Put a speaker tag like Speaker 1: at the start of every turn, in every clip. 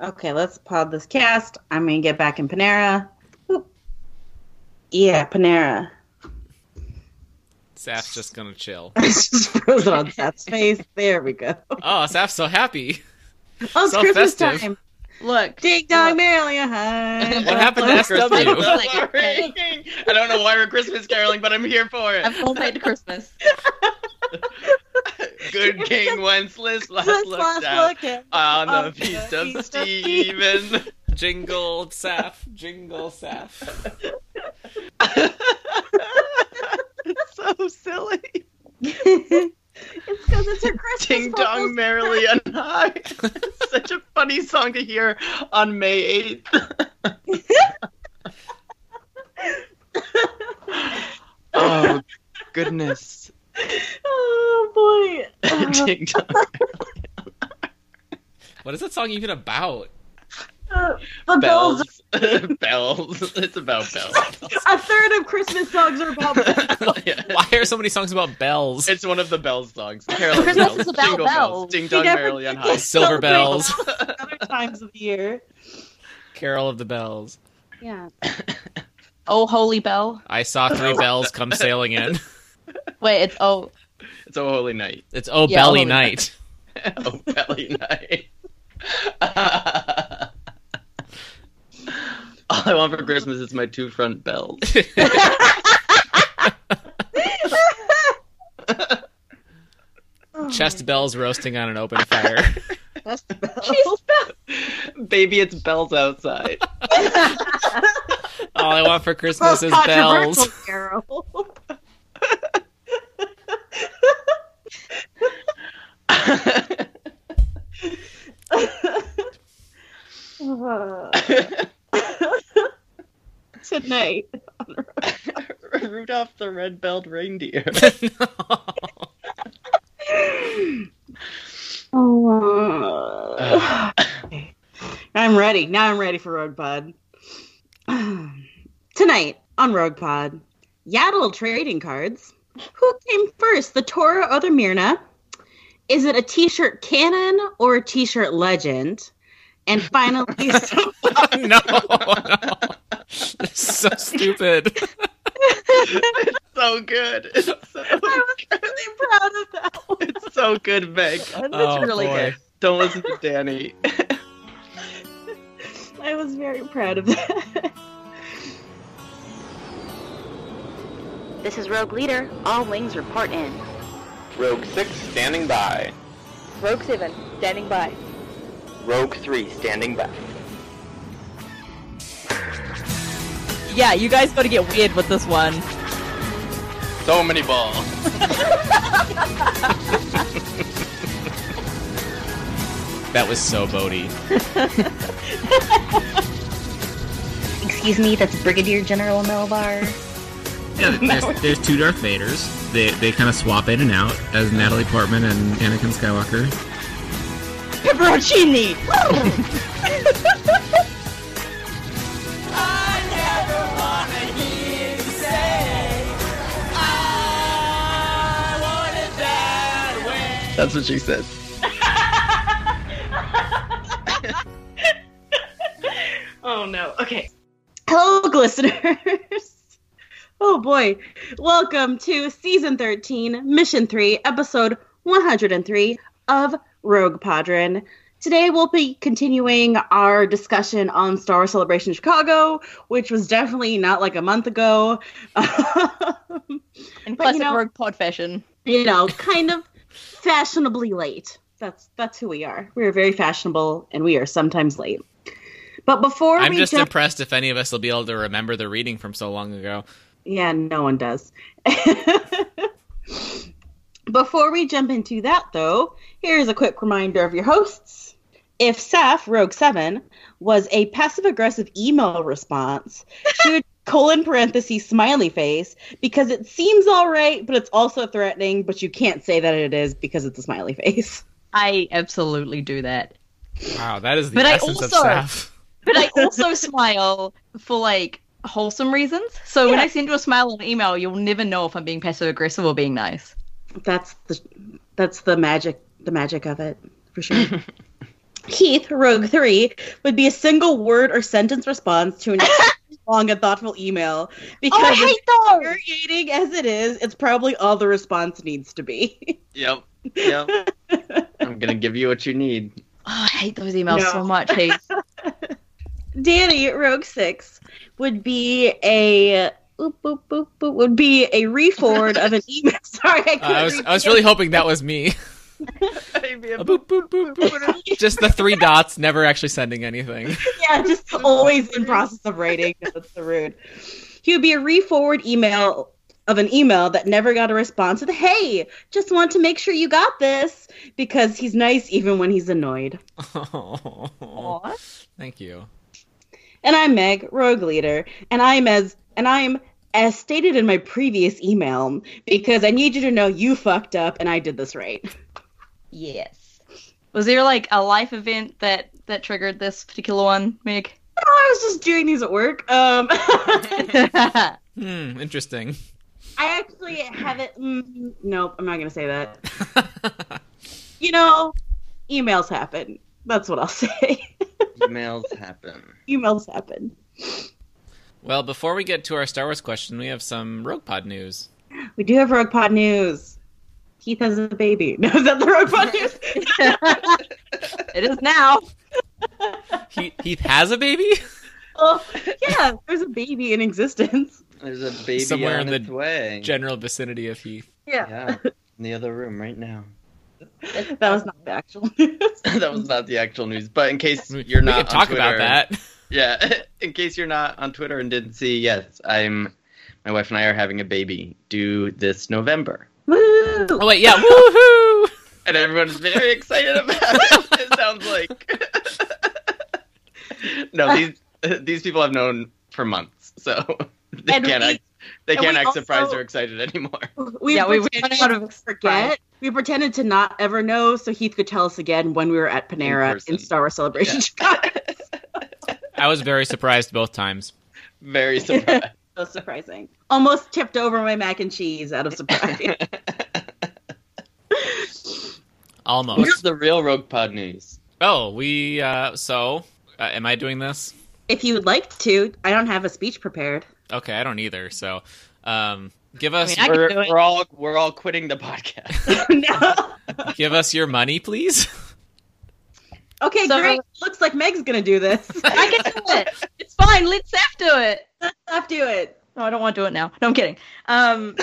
Speaker 1: Okay, let's pod this cast. I'm gonna get back in Panera. Oop. Yeah, Panera.
Speaker 2: Saf's just gonna chill.
Speaker 1: It's just frozen on Seth's face. There we go.
Speaker 2: Oh, Saf's so happy.
Speaker 1: Oh, it's
Speaker 2: So
Speaker 1: Christmas
Speaker 2: festive.
Speaker 1: time.
Speaker 3: Look,
Speaker 1: Ding dong, Maria. Hi.
Speaker 2: What happened to
Speaker 1: Hello,
Speaker 2: SW?
Speaker 1: Christmas.
Speaker 3: Like,
Speaker 4: Sorry. I don't know why we're Christmas caroling, but I'm here for
Speaker 3: I'm
Speaker 4: it.
Speaker 3: full paid Christmas.
Speaker 4: Good King Wenceslas, last
Speaker 1: Let's
Speaker 4: look
Speaker 1: last
Speaker 4: down
Speaker 1: look at-
Speaker 4: on
Speaker 1: on
Speaker 4: the feast
Speaker 1: the
Speaker 4: of
Speaker 1: feast of
Speaker 4: Stephen.
Speaker 2: Jingle Saf, jingle Saf.
Speaker 4: so silly.
Speaker 1: it's because it's her Christmas.
Speaker 4: Ding dong
Speaker 1: vocals.
Speaker 4: merrily on high. Such a funny song to hear on May eighth. oh goodness.
Speaker 1: Oh boy. Uh,
Speaker 4: Ding dong.
Speaker 2: What is that song even about?
Speaker 1: uh, the bells.
Speaker 4: Bells. bells. It's about bells.
Speaker 1: A third of Christmas songs are about bells.
Speaker 4: Yeah.
Speaker 2: Why are so many songs about bells?
Speaker 4: It's one of the bells songs. Carol's
Speaker 3: Christmas
Speaker 4: bells.
Speaker 3: is about
Speaker 4: Jingle bells.
Speaker 3: bells.
Speaker 4: Ding
Speaker 1: We
Speaker 4: dong
Speaker 1: never
Speaker 4: merrily on
Speaker 1: did
Speaker 4: high.
Speaker 1: this.
Speaker 2: Silver bells,
Speaker 1: Other times of the year.
Speaker 2: carol of the bells.
Speaker 1: Yeah.
Speaker 3: Oh, holy bell.
Speaker 2: I saw three bells come sailing in.
Speaker 3: Wait, it's oh.
Speaker 4: It's a holy night.
Speaker 2: It's oh
Speaker 3: Yeah,
Speaker 2: belly
Speaker 3: holy-
Speaker 2: night.
Speaker 4: Oh, belly night. All I want for Christmas is my two front bells.
Speaker 1: Oh,
Speaker 2: Chest bells roasting on an open fire.
Speaker 1: Chest bells.
Speaker 4: Baby, it's bells outside.
Speaker 2: All I want for Christmas is
Speaker 1: Controversial
Speaker 2: bells.
Speaker 1: Carol. Tonight.
Speaker 4: Rudolph the red-belled reindeer.
Speaker 1: Oh. I'm ready. Now I'm ready for Road Pod. Tonight on Road Pod, Yaddle trading cards. Who came first, the Torah or the Myrna? Is it a t-shirt canon or a t-shirt legend? And finally, some
Speaker 2: no, no. This is so stupid.
Speaker 4: so good. It's so,
Speaker 1: I was really proud of that.
Speaker 4: it's so good, Meg.
Speaker 2: Oh,
Speaker 4: it's really
Speaker 2: boy.
Speaker 4: good. Don't listen to Danny.
Speaker 1: I was very proud of that.
Speaker 5: This is Rogue Leader. All wings report in.
Speaker 6: Rogue 6 standing by.
Speaker 5: Rogue 7, standing by.
Speaker 6: Rogue 3 standing by.
Speaker 3: Yeah, you guys gotta get weird with this one.
Speaker 4: So many balls.
Speaker 2: That was so Bodhi.
Speaker 5: Excuse me, that's Brigadier General Melbar.
Speaker 7: there's, there's two Darth Vaders. They they kind of swap in and out as Natalie Portman and Anakin Skywalker.
Speaker 3: Pepperoncini!
Speaker 4: That's what she said.
Speaker 1: Oh no. Okay. Hello, listeners. Oh boy. Welcome to season 13, mission 3, episode 103 of Rogue Padron. Today we'll be continuing our discussion on Star Wars Celebration Chicago, which was definitely not like a month ago. Um,
Speaker 3: In
Speaker 1: But,
Speaker 3: classic
Speaker 1: you know-
Speaker 3: rogue pod fashion.
Speaker 1: you know, kind of fashionably late. That's that's who we are. We are very fashionable and we are sometimes late. But before
Speaker 2: I'm
Speaker 1: we
Speaker 2: just
Speaker 1: jump
Speaker 2: impressed if any of us will be able to remember the reading from so long ago.
Speaker 1: Yeah, no one does. Before we jump into that, though, here's a quick reminder of your hosts. If Saf, Rogue 7, was a passive aggressive email response, she would colon parentheses smiley face because it seems all right, but it's also threatening, but you can't say that it is because it's a smiley face.
Speaker 3: I absolutely do that.
Speaker 2: Wow, that is the
Speaker 3: But I
Speaker 2: essence
Speaker 3: also-
Speaker 2: of Saf.
Speaker 3: But I also smile for like wholesome reasons. So when
Speaker 1: Yeah.
Speaker 3: I send you a smile on email, you'll never know if I'm being passive aggressive or being nice.
Speaker 1: That's the that's the magic the magic of it for sure. Keith, Rogue 3, would be a single word or sentence response to an long and thoughtful email. Because
Speaker 3: Oh, I hate those.
Speaker 1: as infuriating as it is, it's probably all the response needs to be.
Speaker 4: Yep. Yep. I'm gonna give you what you need.
Speaker 3: Oh, I hate those emails
Speaker 1: No.
Speaker 3: so much. Hey,
Speaker 1: Danny, Rogue 6, would be a. Boop, boop, boop, boop, would be a re-forward of an email. Sorry, I, couldn't
Speaker 2: Uh, I was
Speaker 1: read
Speaker 2: I was
Speaker 1: the
Speaker 2: really hoping that was me. A boop, boop, boop, boop. Just the three dots, never actually sending anything.
Speaker 1: yeah, just always in process of writing. That's so rude. He would be a re-forward email of an email that never got a response with "Hey, just want to make sure you got this" because he's nice even when he's annoyed.
Speaker 2: Oh,
Speaker 3: aw.
Speaker 2: thank you.
Speaker 1: And I'm Meg, rogue leader, and I'm as and I'm as stated in my previous email because I need you to know you fucked up and I did this right. Oh,
Speaker 5: Yes.
Speaker 3: Was there like a life event that that triggered this particular one, Meg?
Speaker 1: I was just doing these at work. Um,
Speaker 3: I
Speaker 2: Hmm, interesting.
Speaker 1: I actually haven't. Mm, nope, I'm not gonna say that. you know, emails happen. That's what I'll say.
Speaker 4: Emails happen.
Speaker 1: emails happen.
Speaker 2: well, before we get to our Star Wars question, we have some Rogue Pod news.
Speaker 1: We do have Rogue Pod news. Keith has a baby. No, is that the Rogue Pod news?
Speaker 3: it is now.
Speaker 2: He Heath has a baby?
Speaker 1: well, yeah, there's a baby in existence.
Speaker 4: There's a baby
Speaker 2: Somewhere in
Speaker 4: on
Speaker 2: the
Speaker 4: its way.
Speaker 2: General vicinity of Heath.
Speaker 4: yeah. In the other room right now.
Speaker 1: That was not the actual news.
Speaker 4: that was not the actual news, but in case
Speaker 2: We-
Speaker 4: you're
Speaker 2: we
Speaker 4: not
Speaker 2: can talk
Speaker 4: on
Speaker 2: about
Speaker 4: Twitter-
Speaker 2: that.
Speaker 4: Yeah, in case you're not on Twitter and didn't see, yes, I'm. My wife and I are having a baby due this November,
Speaker 1: Woo!
Speaker 2: Oh wait, yeah, woohoo!
Speaker 4: and everyone's very excited about it. It sounds like. no, these these people I've known for months, so they
Speaker 1: And
Speaker 4: can't
Speaker 1: we-
Speaker 4: act, they
Speaker 1: and
Speaker 4: can't
Speaker 1: we
Speaker 4: act surprised
Speaker 1: also-
Speaker 4: or excited anymore.
Speaker 1: We
Speaker 3: yeah, we we
Speaker 1: pretended
Speaker 3: kind of
Speaker 1: forget. We pretended to not ever know, so Heath could tell us again when we were at Panera in,
Speaker 4: person.
Speaker 1: Star Wars Celebration. Chicago.
Speaker 2: I was very surprised both times.
Speaker 4: Very surprised.
Speaker 1: so surprising. Almost tipped over my mac and cheese out of surprise.
Speaker 2: Almost.
Speaker 4: What's the real Rogue Pod news?
Speaker 2: Oh, we uh so uh, am I doing this?
Speaker 1: if you would like to, I don't have a speech prepared.
Speaker 2: Okay, I don't either. So, um give us
Speaker 3: I mean, can
Speaker 4: We're,
Speaker 3: do it.
Speaker 4: we're all we're all quitting the podcast.
Speaker 1: no.
Speaker 2: give us your money, please.
Speaker 1: Okay,
Speaker 3: So-
Speaker 1: great. Looks like Meg's gonna do this.
Speaker 3: I can do it. It's fine. Let's Seth do it.
Speaker 1: I'll do it.
Speaker 3: No, I don't want to do it now. No, I'm kidding. Um,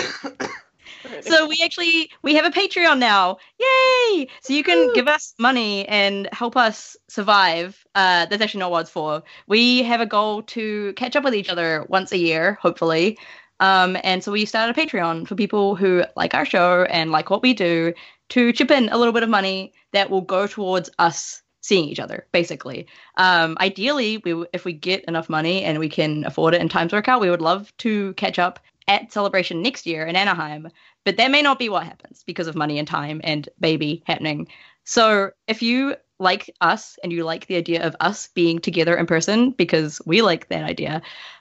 Speaker 3: so we actually we have a Patreon now. Yay! So you can give us money and help us survive. Uh, that's actually not what it's for. We have a goal to catch up with each other once a year, hopefully. Um, and so we started a Patreon for people who like our show and like what we do to chip in a little bit of money that will go towards us seeing each other, basically um, ideally we if we get enough money and we can afford it and times work out we would love to catch up at celebration next year in anaheim but that may not be what happens because of money and time and baby happening so if you like us and you like the idea of us being together in person because we like that idea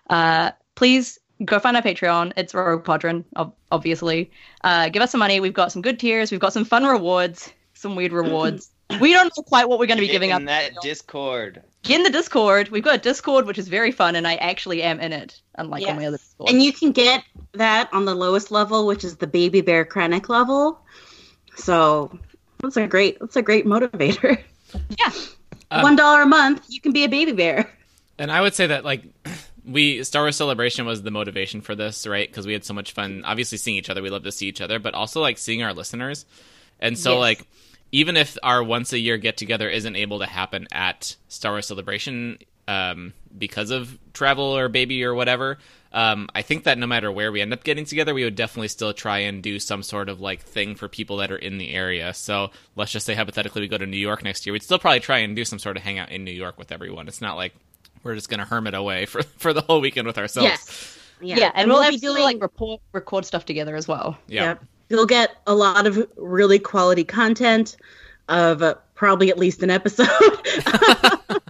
Speaker 3: uh, please go find our patreon it's rogue podron ob- obviously uh, give us some money we've got some good tiers we've got some fun rewards some weird rewards we don't know quite what we're going to be
Speaker 4: Get
Speaker 3: giving
Speaker 4: in
Speaker 3: up
Speaker 4: that Discord.
Speaker 3: get in the Discord. We've got a Discord, which is very fun, and I actually am in it, unlike all my
Speaker 1: Yes.
Speaker 3: other Discord.
Speaker 1: And you can get that on the lowest level, which is the baby bear chronic level. So that's a great that's a great motivator.
Speaker 3: Yeah.
Speaker 2: Um,
Speaker 1: One dollar a month, you can be a baby bear.
Speaker 2: And I would say that like we Star Wars Celebration was the motivation for this, right? Because we had so much fun, obviously seeing each other. We love to see each other, but also like seeing our listeners. And so
Speaker 3: Yes.
Speaker 2: like even if our once a year get together isn't able to happen at Star Wars Celebration um, because of travel or baby or whatever, um, I think that no matter where we end up getting together, we would definitely still try and do some sort of like thing for people that are in the area. So let's just say hypothetically we go to New York next year, we'd still probably try and do some sort of hangout in New York with everyone. It's not like we're just gonna hermit away for for the whole weekend with ourselves.
Speaker 1: Yes.
Speaker 3: yeah. and, we'll, absolutely like report record stuff together as well.
Speaker 2: Yeah.
Speaker 1: Yep. You'll get a lot of really quality content of uh, probably at least an episode. but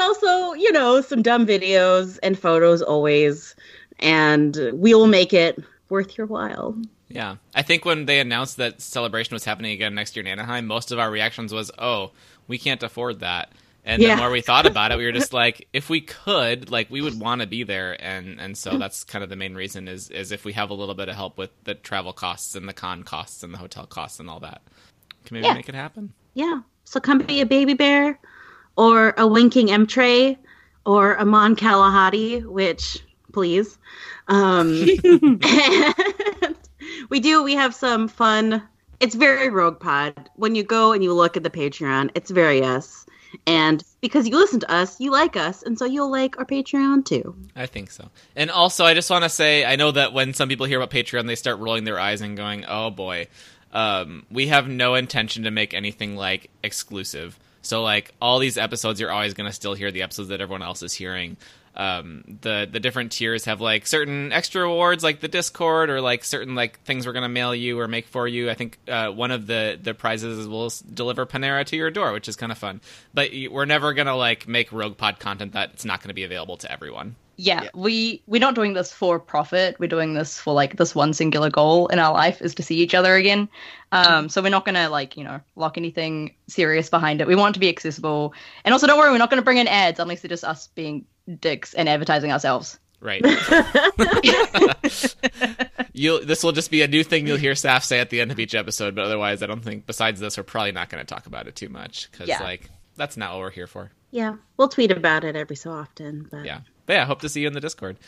Speaker 1: also, you know, some dumb videos and photos always. And we will make it worth your while.
Speaker 2: Yeah. I think when they announced that celebration was happening again next year in Anaheim, most of our reactions was, "Oh, we can't afford that. And
Speaker 1: Yeah.
Speaker 2: the more we thought about it, we were just like, if we could, like, we would want to be there. And and so that's kind of the main reason is is if we have a little bit of help with the travel costs and the con costs and the hotel costs and all that, can maybe
Speaker 3: Yeah.
Speaker 2: make it happen.
Speaker 1: Yeah. So come be a baby bear or a winking M tray or a Mon Kalahati, which please. Um, and we do, we have some fun. It's very Rogue Pod. When you go and you look at the Patreon, it's very us. And because you listen to us, you like us, and so you'll like our Patreon too.
Speaker 2: I think so. And also, I just want to say, I know that when some people hear about Patreon, they start rolling their eyes and going, "Oh boy." Um, we have no intention to make anything like exclusive. So like all these episodes, you're always going to still hear the episodes that everyone else is hearing. Um, the the different tiers have like certain extra awards, like the Discord, or like certain like things we're going to mail you or make for you. I think uh, one of the the prizes is we'll s- deliver Panera to your door, which is kind of fun. But you- we're never going to like make Rogue Pod content that it's not going to be available to everyone.
Speaker 3: yeah,
Speaker 4: Yeah.
Speaker 3: we we're not doing this for profit. We're doing this for like this one singular goal in our life is to see each other again. Um, so we're not gonna like you know lock anything serious behind it. We want it to be accessible, and also don't worry, we're not gonna bring in ads unless they're just us being dicks and advertising ourselves.
Speaker 2: Right. you'll this will just be a new thing you'll hear staff say at the end of each episode, but otherwise I don't think besides this we're probably not going to talk about it too much cuz
Speaker 3: Yeah.
Speaker 2: like that's not what we're here for.
Speaker 1: Yeah, we'll tweet about it every so often. But
Speaker 2: Yeah. But yeah, hope to see you in the Discord.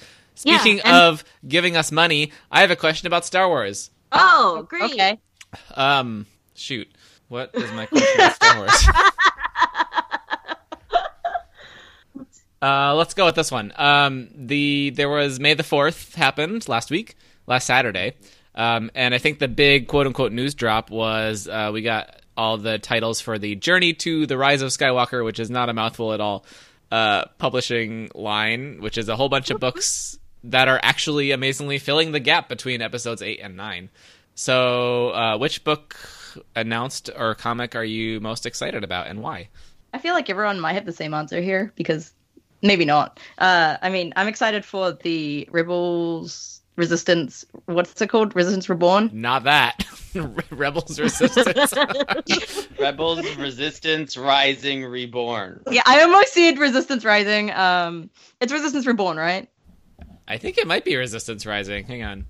Speaker 1: Yeah,
Speaker 2: Speaking
Speaker 1: and-
Speaker 2: of giving us money, I have a question about Star Wars.
Speaker 1: Oh, great.
Speaker 3: Okay,
Speaker 2: Um shoot. What is my question about Star Wars? Uh, let's go with this one. Um, the there was May the Fourth happened last week, last Saturday, um, and I think the big quote unquote news drop was uh, we got all the titles for the Journey to the Rise of Skywalker, which is not a mouthful at all. Uh, publishing line, which is a whole bunch of books that are actually amazingly filling the gap between episodes eight and nine. So, uh, which book announced or comic are you most excited about, and why?
Speaker 3: I feel like everyone might have the same answer here because maybe not. Uh, I mean, I'm excited for the Rebels Resistance. What's it called? Resistance Reborn.
Speaker 2: Not that Rebels Resistance.
Speaker 4: Rebels, Resistance, Rising, Reborn.
Speaker 3: Yeah, I almost said Resistance Rising. Um, it's Resistance Reborn, right?
Speaker 2: I think it might be Resistance Rising. Hang on.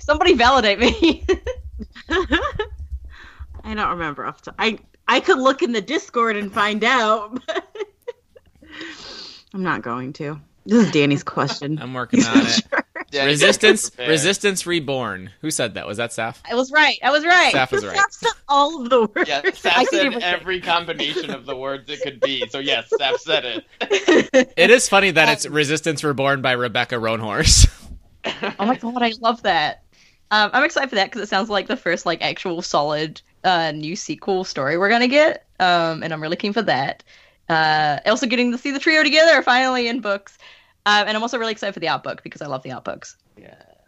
Speaker 3: Somebody validate me.
Speaker 1: I don't remember off the I I could look in the Discord and find out. But I'm not going to. This is Danny's question.
Speaker 2: I'm working on it.
Speaker 4: Yeah,
Speaker 2: Resistance
Speaker 4: prepare.
Speaker 2: Resistance Reborn. Who said that? Was that Saf?
Speaker 3: I was right. I was right.
Speaker 2: Saf is right.
Speaker 1: That's to all of the words.
Speaker 4: Yeah,
Speaker 3: I
Speaker 4: Sap
Speaker 3: think it
Speaker 4: said
Speaker 3: was-
Speaker 4: every combination of the words it could be. So yes, Sap said it.
Speaker 2: It is funny that it's Resistance Reborn by Rebecca Roanhorse.
Speaker 3: Oh my god, I love that. Um, I'm excited for that because it sounds like the first like actual solid uh, new sequel story we're gonna get, um, and I'm really keen for that. Uh, also, getting to see the trio together finally in books, um, and I'm also really excited for the art book because I love the art books.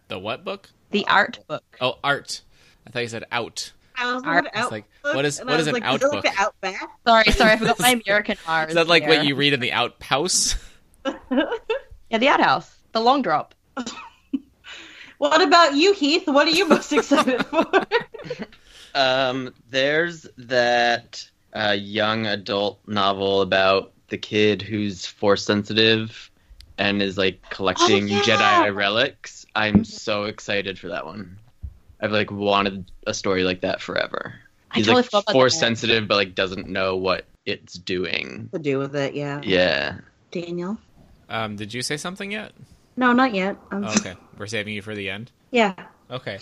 Speaker 2: the what book?
Speaker 3: The art book.
Speaker 2: Oh, art. I thought you said out.
Speaker 1: I was
Speaker 3: Art
Speaker 1: looking at
Speaker 2: It's
Speaker 1: Outlook,
Speaker 2: like what is
Speaker 1: and
Speaker 2: what
Speaker 1: I
Speaker 2: is
Speaker 1: was like,
Speaker 2: an
Speaker 1: is
Speaker 2: out
Speaker 1: it like
Speaker 2: book?
Speaker 1: the Outback?
Speaker 3: Sorry, sorry, I forgot my American R.
Speaker 2: Is that like
Speaker 3: there.
Speaker 2: what you read in the out house?
Speaker 3: Yeah, the art house, the long drop.
Speaker 1: What about you, Heath? What are you most excited for?
Speaker 4: Um, there's that uh, young adult novel about the kid who's force sensitive and is like
Speaker 3: Oh,
Speaker 4: collecting
Speaker 1: yeah.
Speaker 4: Jedi relics. I'm so excited for that one. I've like wanted a story like that forever.
Speaker 3: I
Speaker 4: He's
Speaker 3: totally forgot
Speaker 4: like
Speaker 3: about
Speaker 4: force
Speaker 3: that.
Speaker 4: sensitive, but like doesn't know what it's doing.
Speaker 1: to do with it, yeah.
Speaker 4: Yeah.
Speaker 1: Daniel?
Speaker 2: Um, did you say something yet?
Speaker 1: No, not yet. Um,
Speaker 2: Oh, okay, we're saving you for the end.
Speaker 1: Yeah.
Speaker 2: Okay.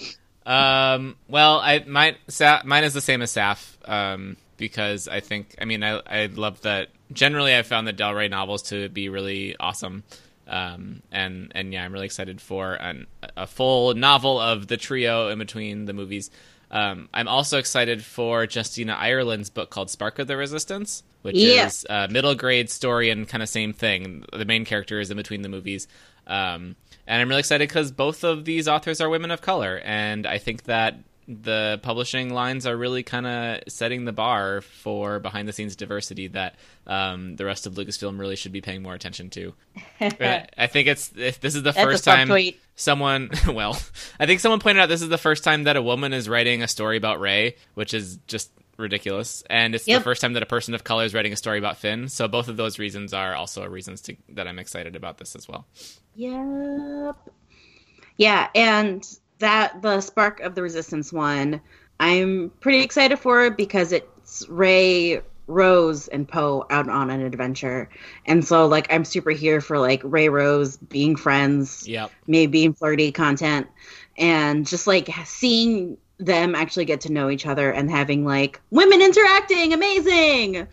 Speaker 2: Um, well, I mine Sa- mine is the same as Saf um, because I think I mean I I love that. Generally, I found the Del Rey novels to be really awesome, um, and and yeah, I'm really excited for an, a full novel of the trio in between the movies. Um, I'm also excited for Justina Ireland's book called Spark of the Resistance, which
Speaker 1: Yeah.
Speaker 2: is a middle grade story and kind of same thing. The main character is in between the movies. Um, and I'm really excited because both of these authors are women of color. And I think that the publishing lines are really kind of setting the bar for behind the scenes diversity that um, the rest of Lucasfilm really should be paying more attention to. I I think it's if this is the
Speaker 3: That's
Speaker 2: first
Speaker 3: a
Speaker 2: time
Speaker 3: subtweet.
Speaker 2: someone well i think someone pointed out this is the first time that a woman is writing a story about ray which is just ridiculous, and it's
Speaker 5: Yep.
Speaker 2: the first time that a person of color is writing a story about Finn. So both of those reasons are also reasons to, that I'm excited about this as well.
Speaker 1: Yep. Yeah, and that the spark of the resistance one, I'm pretty excited for because it's Ray, Rose, and Poe out on an adventure, and so like I'm super here for like Ray, Rose being friends,
Speaker 2: Yep.
Speaker 1: maybe being flirty content, and just like seeing them actually get to know each other and having like women interacting, amazing.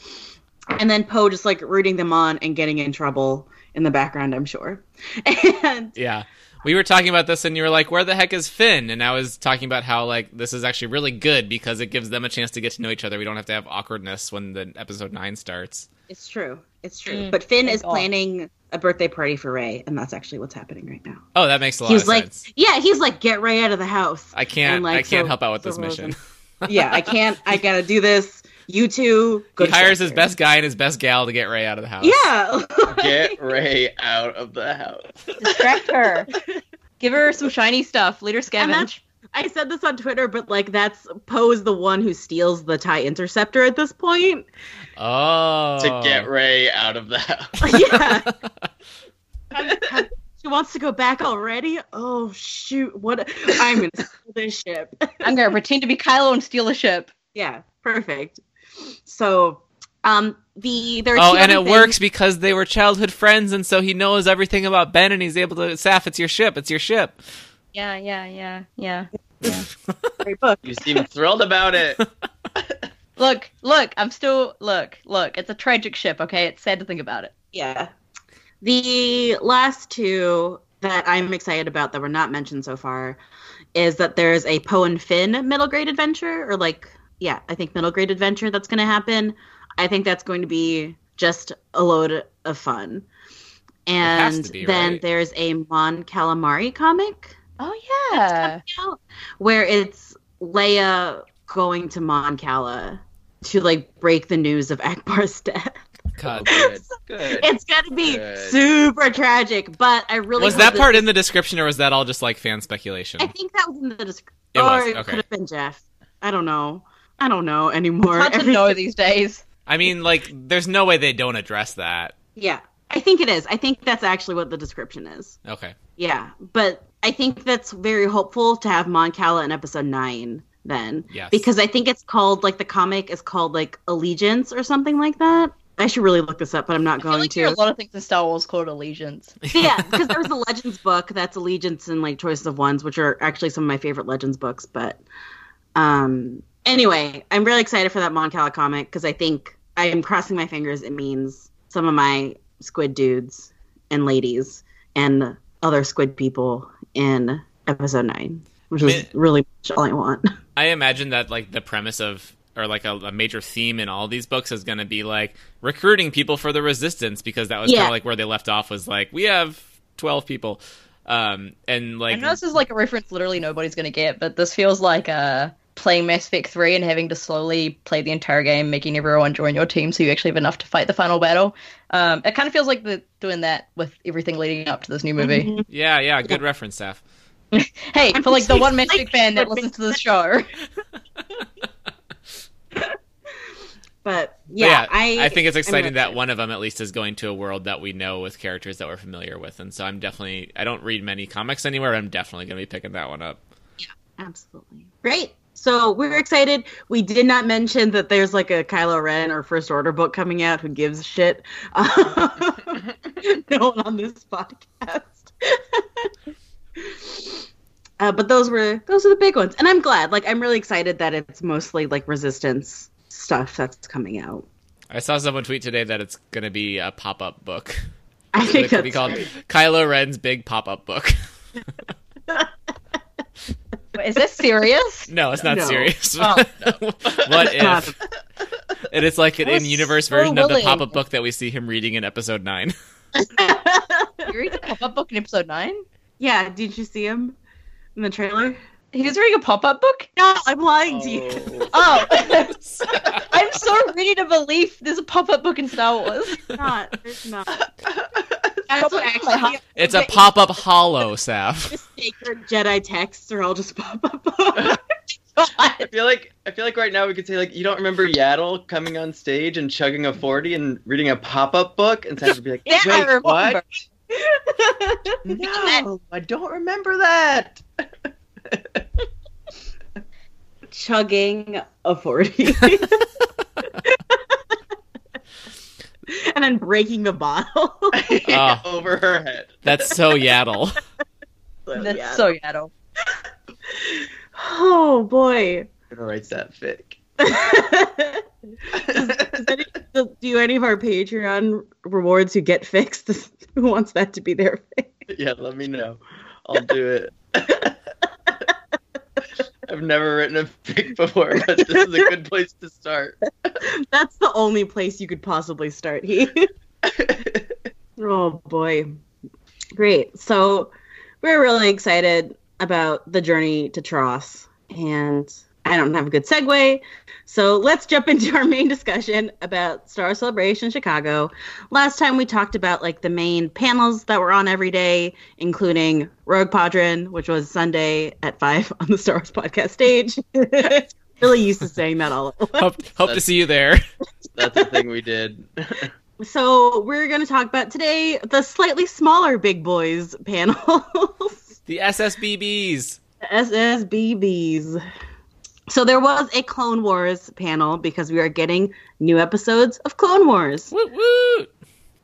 Speaker 1: And then Poe just like rooting them on and getting in trouble in the background, I'm sure. And
Speaker 2: Yeah. We were talking about this and you were like, where the heck is Finn? And I was talking about how, like, this is actually really good because it gives them a chance to get to know each other. We don't have to have awkwardness when the episode nine starts.
Speaker 1: It's true. It's true.
Speaker 3: Mm,
Speaker 1: but Finn
Speaker 3: thank
Speaker 1: is
Speaker 3: God.
Speaker 1: planning a birthday party for Ray, and that's actually what's happening right now.
Speaker 2: Oh, that makes a lot
Speaker 1: He's
Speaker 2: of
Speaker 1: like,
Speaker 2: sense.
Speaker 1: yeah, he's like, get Ray out of the house.
Speaker 2: I can't,
Speaker 1: and, like,
Speaker 2: I can't
Speaker 1: so-
Speaker 2: help out with
Speaker 1: so
Speaker 2: this mission.
Speaker 1: yeah, I can't. I gotta do this. You two. go
Speaker 2: He
Speaker 1: to
Speaker 2: hires his
Speaker 1: shelter.
Speaker 2: best guy and his best gal to get Ray out of the house.
Speaker 1: Yeah.
Speaker 4: Get Ray out of the house.
Speaker 3: Distract her. Give her some shiny stuff. Leader
Speaker 1: And
Speaker 3: scavenge.
Speaker 1: I said this on Twitter, but like that's Poe's the one who steals the tie interceptor at this point.
Speaker 2: Oh.
Speaker 4: To get Ray out of the house.
Speaker 1: yeah. she wants to go back already. Oh shoot! What? I'm gonna steal this ship.
Speaker 3: I'm gonna pretend to be Kylo and steal a ship.
Speaker 1: Yeah, perfect. So, um, the there. Are
Speaker 2: Oh,
Speaker 1: two
Speaker 2: and
Speaker 1: other
Speaker 2: it
Speaker 1: things-
Speaker 2: works because they were childhood friends, and so he knows everything about Ben, and he's able to. Saf, it's your ship. It's your ship.
Speaker 3: Yeah, yeah, yeah, yeah.
Speaker 1: Great book.
Speaker 4: You seem thrilled about it.
Speaker 3: Look, look, I'm still look, look. It's a tragic ship, okay? It's sad to think about it.
Speaker 1: Yeah. The last two that I'm excited about that were not mentioned so far is that there's a Poe and Finn middle grade adventure, or like, yeah, I think middle grade adventure that's going to happen. I think that's going to be just a load of fun.
Speaker 2: has
Speaker 1: And
Speaker 2: to be,
Speaker 1: then
Speaker 2: right?
Speaker 1: there's a Mon Calamari comic.
Speaker 3: Oh yeah.
Speaker 1: out, where it's Leia going to Mon Cala to like break the news of Akbar's death.
Speaker 4: Oh,
Speaker 2: God.
Speaker 4: good. Good.
Speaker 1: It's gonna be
Speaker 4: Good.
Speaker 1: super tragic, but I really
Speaker 2: was
Speaker 1: hope
Speaker 2: that
Speaker 1: this-
Speaker 2: part in the description, or was that all just like fan speculation?
Speaker 1: I think that was in the description.
Speaker 2: It was,
Speaker 1: Or it
Speaker 2: okay.
Speaker 1: could have been Jeff. I don't know. I don't know anymore.
Speaker 3: It's hard to
Speaker 1: Every-
Speaker 3: know these days.
Speaker 2: I mean, like, there's no way they don't address that.
Speaker 1: Yeah, I think it is. I think that's actually what the description is.
Speaker 2: Okay.
Speaker 1: Yeah, but I think that's very hopeful to have Mon Cala in episode nine then.
Speaker 2: Yes.
Speaker 1: because I think it's called like the comic is called like Allegiance or something like that. I should really look this up, but I'm not
Speaker 3: I feel
Speaker 1: going
Speaker 3: like there are
Speaker 1: to.
Speaker 3: a lot of things in Star Wars called allegiance.
Speaker 1: yeah, because there's a Legends book that's Allegiance and like Choices of Ones, which are actually some of my favorite Legends books. But um, anyway, I'm really excited for that Mon Cala comic because I think I am crossing my fingers. It means some of my squid dudes and ladies and other squid people in episode nine, which is
Speaker 2: Man.
Speaker 1: really much all I want.
Speaker 2: I imagine that like the premise of or like a, a major theme in all these books is going to be like recruiting people for the resistance because that was kind
Speaker 1: Yeah.
Speaker 2: of like where they left off was like we have 12 people um and
Speaker 3: I
Speaker 2: like
Speaker 3: know this is like a reference literally nobody's gonna get, but this feels like uh playing Mass Effect 3 and having to slowly play the entire game, making everyone join your team so you actually have enough to fight the final battle. Um, it kind of feels like the, doing that with everything leading up to this new movie.
Speaker 2: yeah yeah good reference Saf.
Speaker 3: Hey,
Speaker 1: I'm
Speaker 3: for like the
Speaker 1: just
Speaker 3: one Mass
Speaker 1: like-
Speaker 3: Effect fan that listens to this show.
Speaker 1: But
Speaker 2: But
Speaker 1: yeah, I
Speaker 2: I think it's exciting
Speaker 1: really
Speaker 2: that
Speaker 1: excited.
Speaker 2: one of them at least is going to a world that we know with characters that we're familiar with and so I'm definitely I don't read many comics anywhere but I'm definitely going to be picking that one up
Speaker 1: Absolutely. Great. So we're excited. We did not mention that there's like a Kylo Ren or First Order book coming out. Who gives a shit? no one on this podcast. uh, but those were those are the big ones, and I'm glad. Like I'm really excited that it's mostly like Resistance stuff that's coming out.
Speaker 2: I saw someone tweet today that it's going to be a pop-up book
Speaker 1: I
Speaker 2: It's
Speaker 1: think
Speaker 2: going to
Speaker 1: that's
Speaker 2: be called Kylo Ren's big pop-up book
Speaker 3: Is this serious?
Speaker 2: No, it's not
Speaker 1: No.
Speaker 2: serious.
Speaker 3: Oh.
Speaker 2: what
Speaker 1: Stop.
Speaker 2: if? And it's like an
Speaker 3: I was
Speaker 2: in-universe
Speaker 3: so
Speaker 2: version of the
Speaker 3: willing.
Speaker 2: pop-up book that we see him reading in episode nine.
Speaker 3: You read the pop up book in episode 9?
Speaker 1: yeah. Did you see him in the trailer?
Speaker 3: He was reading a pop up book?
Speaker 1: No, I'm lying to you.
Speaker 3: Oh, I'm so ready to believe there's a pop up book in Star Wars.
Speaker 1: Not. There's not. That's what
Speaker 3: My
Speaker 1: actually
Speaker 2: it's a pop-up hollow, Saf.
Speaker 1: sacred Jedi texts are all just pop up.
Speaker 4: I
Speaker 3: God.
Speaker 4: feel like I feel like right now we could say like you don't remember Yaddle coming on stage and chugging a forty and reading a pop up book and Sandra would be like,
Speaker 3: Yeah, I
Speaker 4: Wait,
Speaker 3: remember.
Speaker 4: what? No, I don't remember that.
Speaker 1: Chugging a 40. and then breaking the bottle.
Speaker 2: Ah.
Speaker 4: Over her head.
Speaker 2: That's so yaddle.
Speaker 3: That's
Speaker 1: Yeah.
Speaker 3: so yaddo.
Speaker 1: Oh boy.
Speaker 4: Who writes that fic?
Speaker 1: Does any- do- do any of our Patreon rewards who get fixed? Who wants that to be their fix?
Speaker 4: yeah, let me know. I'll do it. I've never written a fic before, but this is a good place to start.
Speaker 1: That's the only place you could possibly start. He. oh boy. Great. So we're really excited about the journey to Tross, and I don't have a good segue, so let's jump into our main discussion about Star Celebration Chicago. Last time we talked about like the main panels that were on every day, including Rogue Padron, which was Sunday at five on the Star Wars podcast stage. really used to saying that all at once.
Speaker 2: hope hope to see you there.
Speaker 4: That's the thing we did.
Speaker 1: So we're going to talk about today the slightly smaller big boys panels,
Speaker 2: The SSBBs.
Speaker 1: the SSBBs. So there was a Clone Wars panel because we are getting new episodes of Clone Wars.
Speaker 2: Woot woot.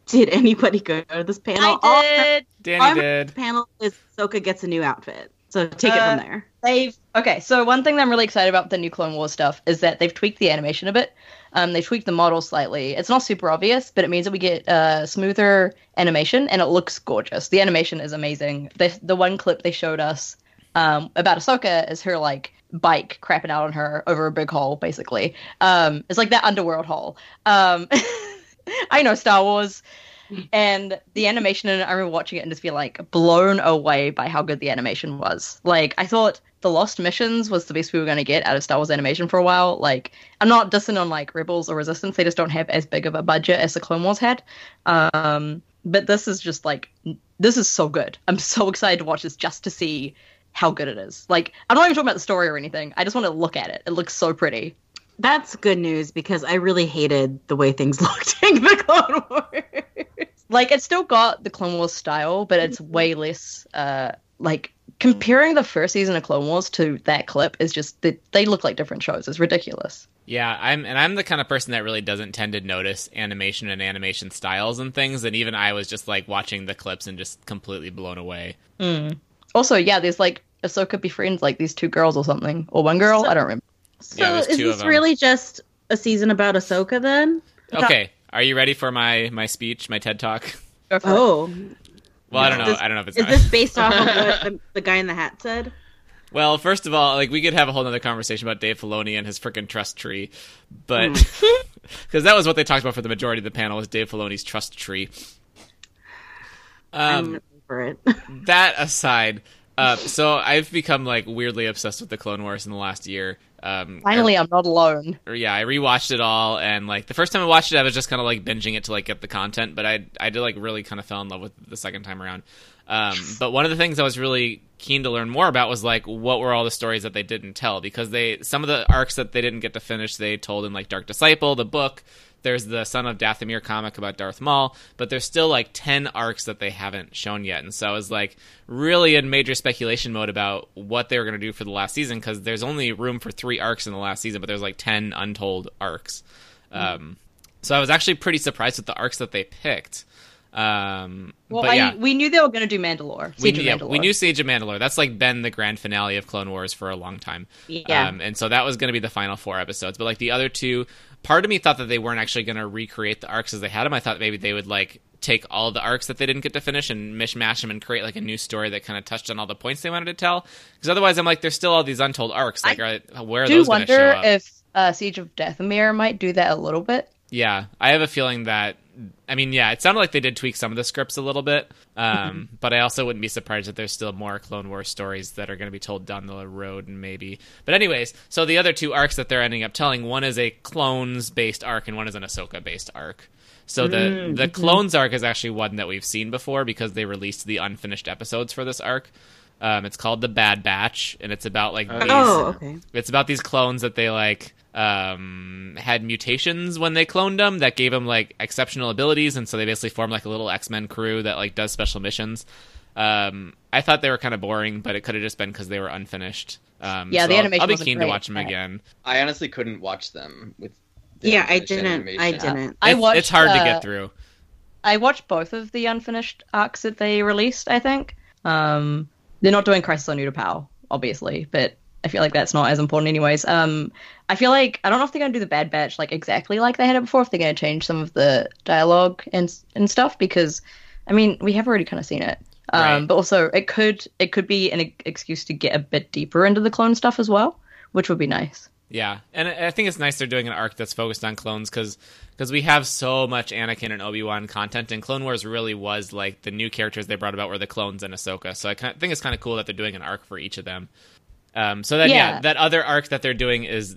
Speaker 1: Did anybody go to this panel? All-
Speaker 3: I did.
Speaker 1: all
Speaker 2: Danny
Speaker 1: the
Speaker 2: did.
Speaker 1: panel is Ahsoka gets a new outfit. So take it
Speaker 3: Uh,
Speaker 1: from there.
Speaker 3: They've okay. So one thing that I'm really excited about with the new Clone Wars stuff is that they've tweaked the animation a bit. Um, they tweaked the model slightly. It's not super obvious, but it means that we get uh, smoother animation, and it looks gorgeous. The animation is amazing. The the one clip they showed us um, about Ahsoka is her like bike crapping out on her over a big hole, basically. Um, it's like that underworld hole. Um, I know Star Wars. and the animation in it, I remember watching it and just being like blown away by how good the animation was. Like I thought the Lost Missions was the best we were going to get out of Star Wars animation for a while. Like I'm not dissing on like Rebels or Resistance; they just don't have as big of a budget as the Clone Wars had. Um, but this is just like n- this is so good. I'm so excited to watch this just to see how good it is. Like I'm not even talking about the story or anything. I just want to look at it. It looks so pretty.
Speaker 1: That's good news because I really hated the way things looked in the Clone Wars.
Speaker 3: like it's still got the Clone Wars style, but it's way less uh like comparing the first season of Clone Wars to that clip is just that they look like different shows. It's ridiculous.
Speaker 2: Yeah, I'm and I'm the kind of person that really doesn't tend to notice animation and animation styles and things. And even I was just like watching the clips and just completely blown away.
Speaker 3: Mm. Also, yeah, there's like Ahsoka befriends like these two girls or something, or one girl. I don't remember.
Speaker 1: So
Speaker 2: Yeah, there's
Speaker 1: is
Speaker 2: two of
Speaker 1: this
Speaker 2: them.
Speaker 1: really just a season about Ahsoka then?
Speaker 2: Okay, are you ready for my my speech, my TED talk?
Speaker 3: Go for it.
Speaker 1: Oh,
Speaker 2: Well, I don't
Speaker 1: Is
Speaker 2: know.
Speaker 1: this-
Speaker 2: I don't know if it's
Speaker 1: Is
Speaker 2: not.
Speaker 1: this based off of what the, the guy in the hat said?
Speaker 2: Well, first of all, like we could have a whole nother conversation about Dave Filoni and his freaking trust tree, but
Speaker 1: Hmm.
Speaker 2: because that was what they talked about for the majority of the panel was Dave Filoni's trust tree.
Speaker 1: I'm
Speaker 2: Um,
Speaker 1: not for it.
Speaker 4: uh,
Speaker 2: that aside, uh, so I've become like weirdly obsessed with the Clone Wars in the last year. Um,
Speaker 3: Finally, I'm not alone.
Speaker 2: or, yeah, I rewatched it all, and like the first time I watched it, I was just kind of like binging it to like get the content, but I I did like really kind of fell in love with it the second time around. Um, but one of the things I was really keen to learn more about was like what were all the stories that they didn't tell because they some of the arcs that they didn't get to finish they told in like Dark Disciple, the book. There's the Son of Dathomir comic about Darth Maul, but there's still like ten arcs that they haven't shown yet, and so I was like really in major speculation mode about what they were going to do for the last season because there's only room for three arcs in the last season, but there's like ten untold arcs. Um, so I was actually pretty surprised with the arcs that they picked. Um,
Speaker 3: Well,
Speaker 2: but
Speaker 3: I,
Speaker 2: yeah
Speaker 3: we knew they were going to do Mandalore.
Speaker 2: we,
Speaker 3: Siege of
Speaker 2: yeah,
Speaker 3: Mandalore.
Speaker 2: we knew Siege of Mandalore. That's like been the grand finale of Clone Wars for a long time.
Speaker 1: Yeah.
Speaker 2: Um, and so that was going to be the final four episodes. But like the other two, part of me thought that they weren't actually going to recreate the arcs as they had them. I thought maybe they would like take all the arcs that they didn't get to finish and mishmash them and create like a new story that kind of touched on all the points they wanted to tell. Because otherwise, I'm like, there's still all these untold arcs. Like, are, where are
Speaker 3: I do
Speaker 2: those going to show
Speaker 3: wonder
Speaker 2: up?
Speaker 3: if uh, Siege of Dathomir might do that a little bit.
Speaker 2: Yeah, I have a feeling that. I mean, yeah, it sounded like they did tweak some of the scripts a little bit, um, but I also wouldn't be surprised if there's still more Clone Wars stories that are going to be told down the road, maybe. But anyways, so the other two arcs that they're ending up telling, one is a clones based arc and one is an Ahsoka based arc. So the the clones arc is actually one that we've seen before because they released the unfinished episodes for this arc. Um, it's called The Bad Batch, and it's about like
Speaker 4: Oh,
Speaker 2: these-
Speaker 1: Oh, okay.
Speaker 2: it's about these clones that they like um had mutations when they cloned them that gave them like exceptional abilities and so they basically formed like a little x-men crew that like does special missions um i thought they were kind of boring but it could have just been because they were unfinished um
Speaker 3: Yeah,
Speaker 2: so
Speaker 3: the
Speaker 2: I'll-
Speaker 3: animation
Speaker 2: i'll be
Speaker 3: wasn't
Speaker 2: keen to
Speaker 3: great.
Speaker 2: watch them again
Speaker 4: I honestly couldn't watch them with. the
Speaker 1: Yeah, I
Speaker 4: unfinished
Speaker 1: didn't. I
Speaker 4: animation.
Speaker 1: didn't.
Speaker 3: I
Speaker 2: It's-
Speaker 3: watched.
Speaker 2: it's hard to
Speaker 3: uh,
Speaker 2: get through
Speaker 3: I watched both of the unfinished arcs that they released. I think um, they're not doing Crisis on Utapau, obviously, but I feel like that's not as important, anyways. Um, I feel like I don't know if they're going to do the Bad Batch like exactly like they had it before. If they're going to change some of the dialogue and and stuff, because I mean we have already kind of seen it. Um,
Speaker 2: Right.
Speaker 3: But also, it could it could be an e- excuse to get a bit deeper into the clone stuff as well, which would be nice.
Speaker 2: Yeah, and I I think it's nice they're doing an arc that's focused on clones because we have so much Anakin and Obi Wan content, and Clone Wars really was like the new characters they brought about were the clones and Ahsoka. So I kind of think it's kind of cool that they're doing an arc for each of them. Um, so then, yeah.
Speaker 3: Yeah.
Speaker 2: that other arc that they're doing is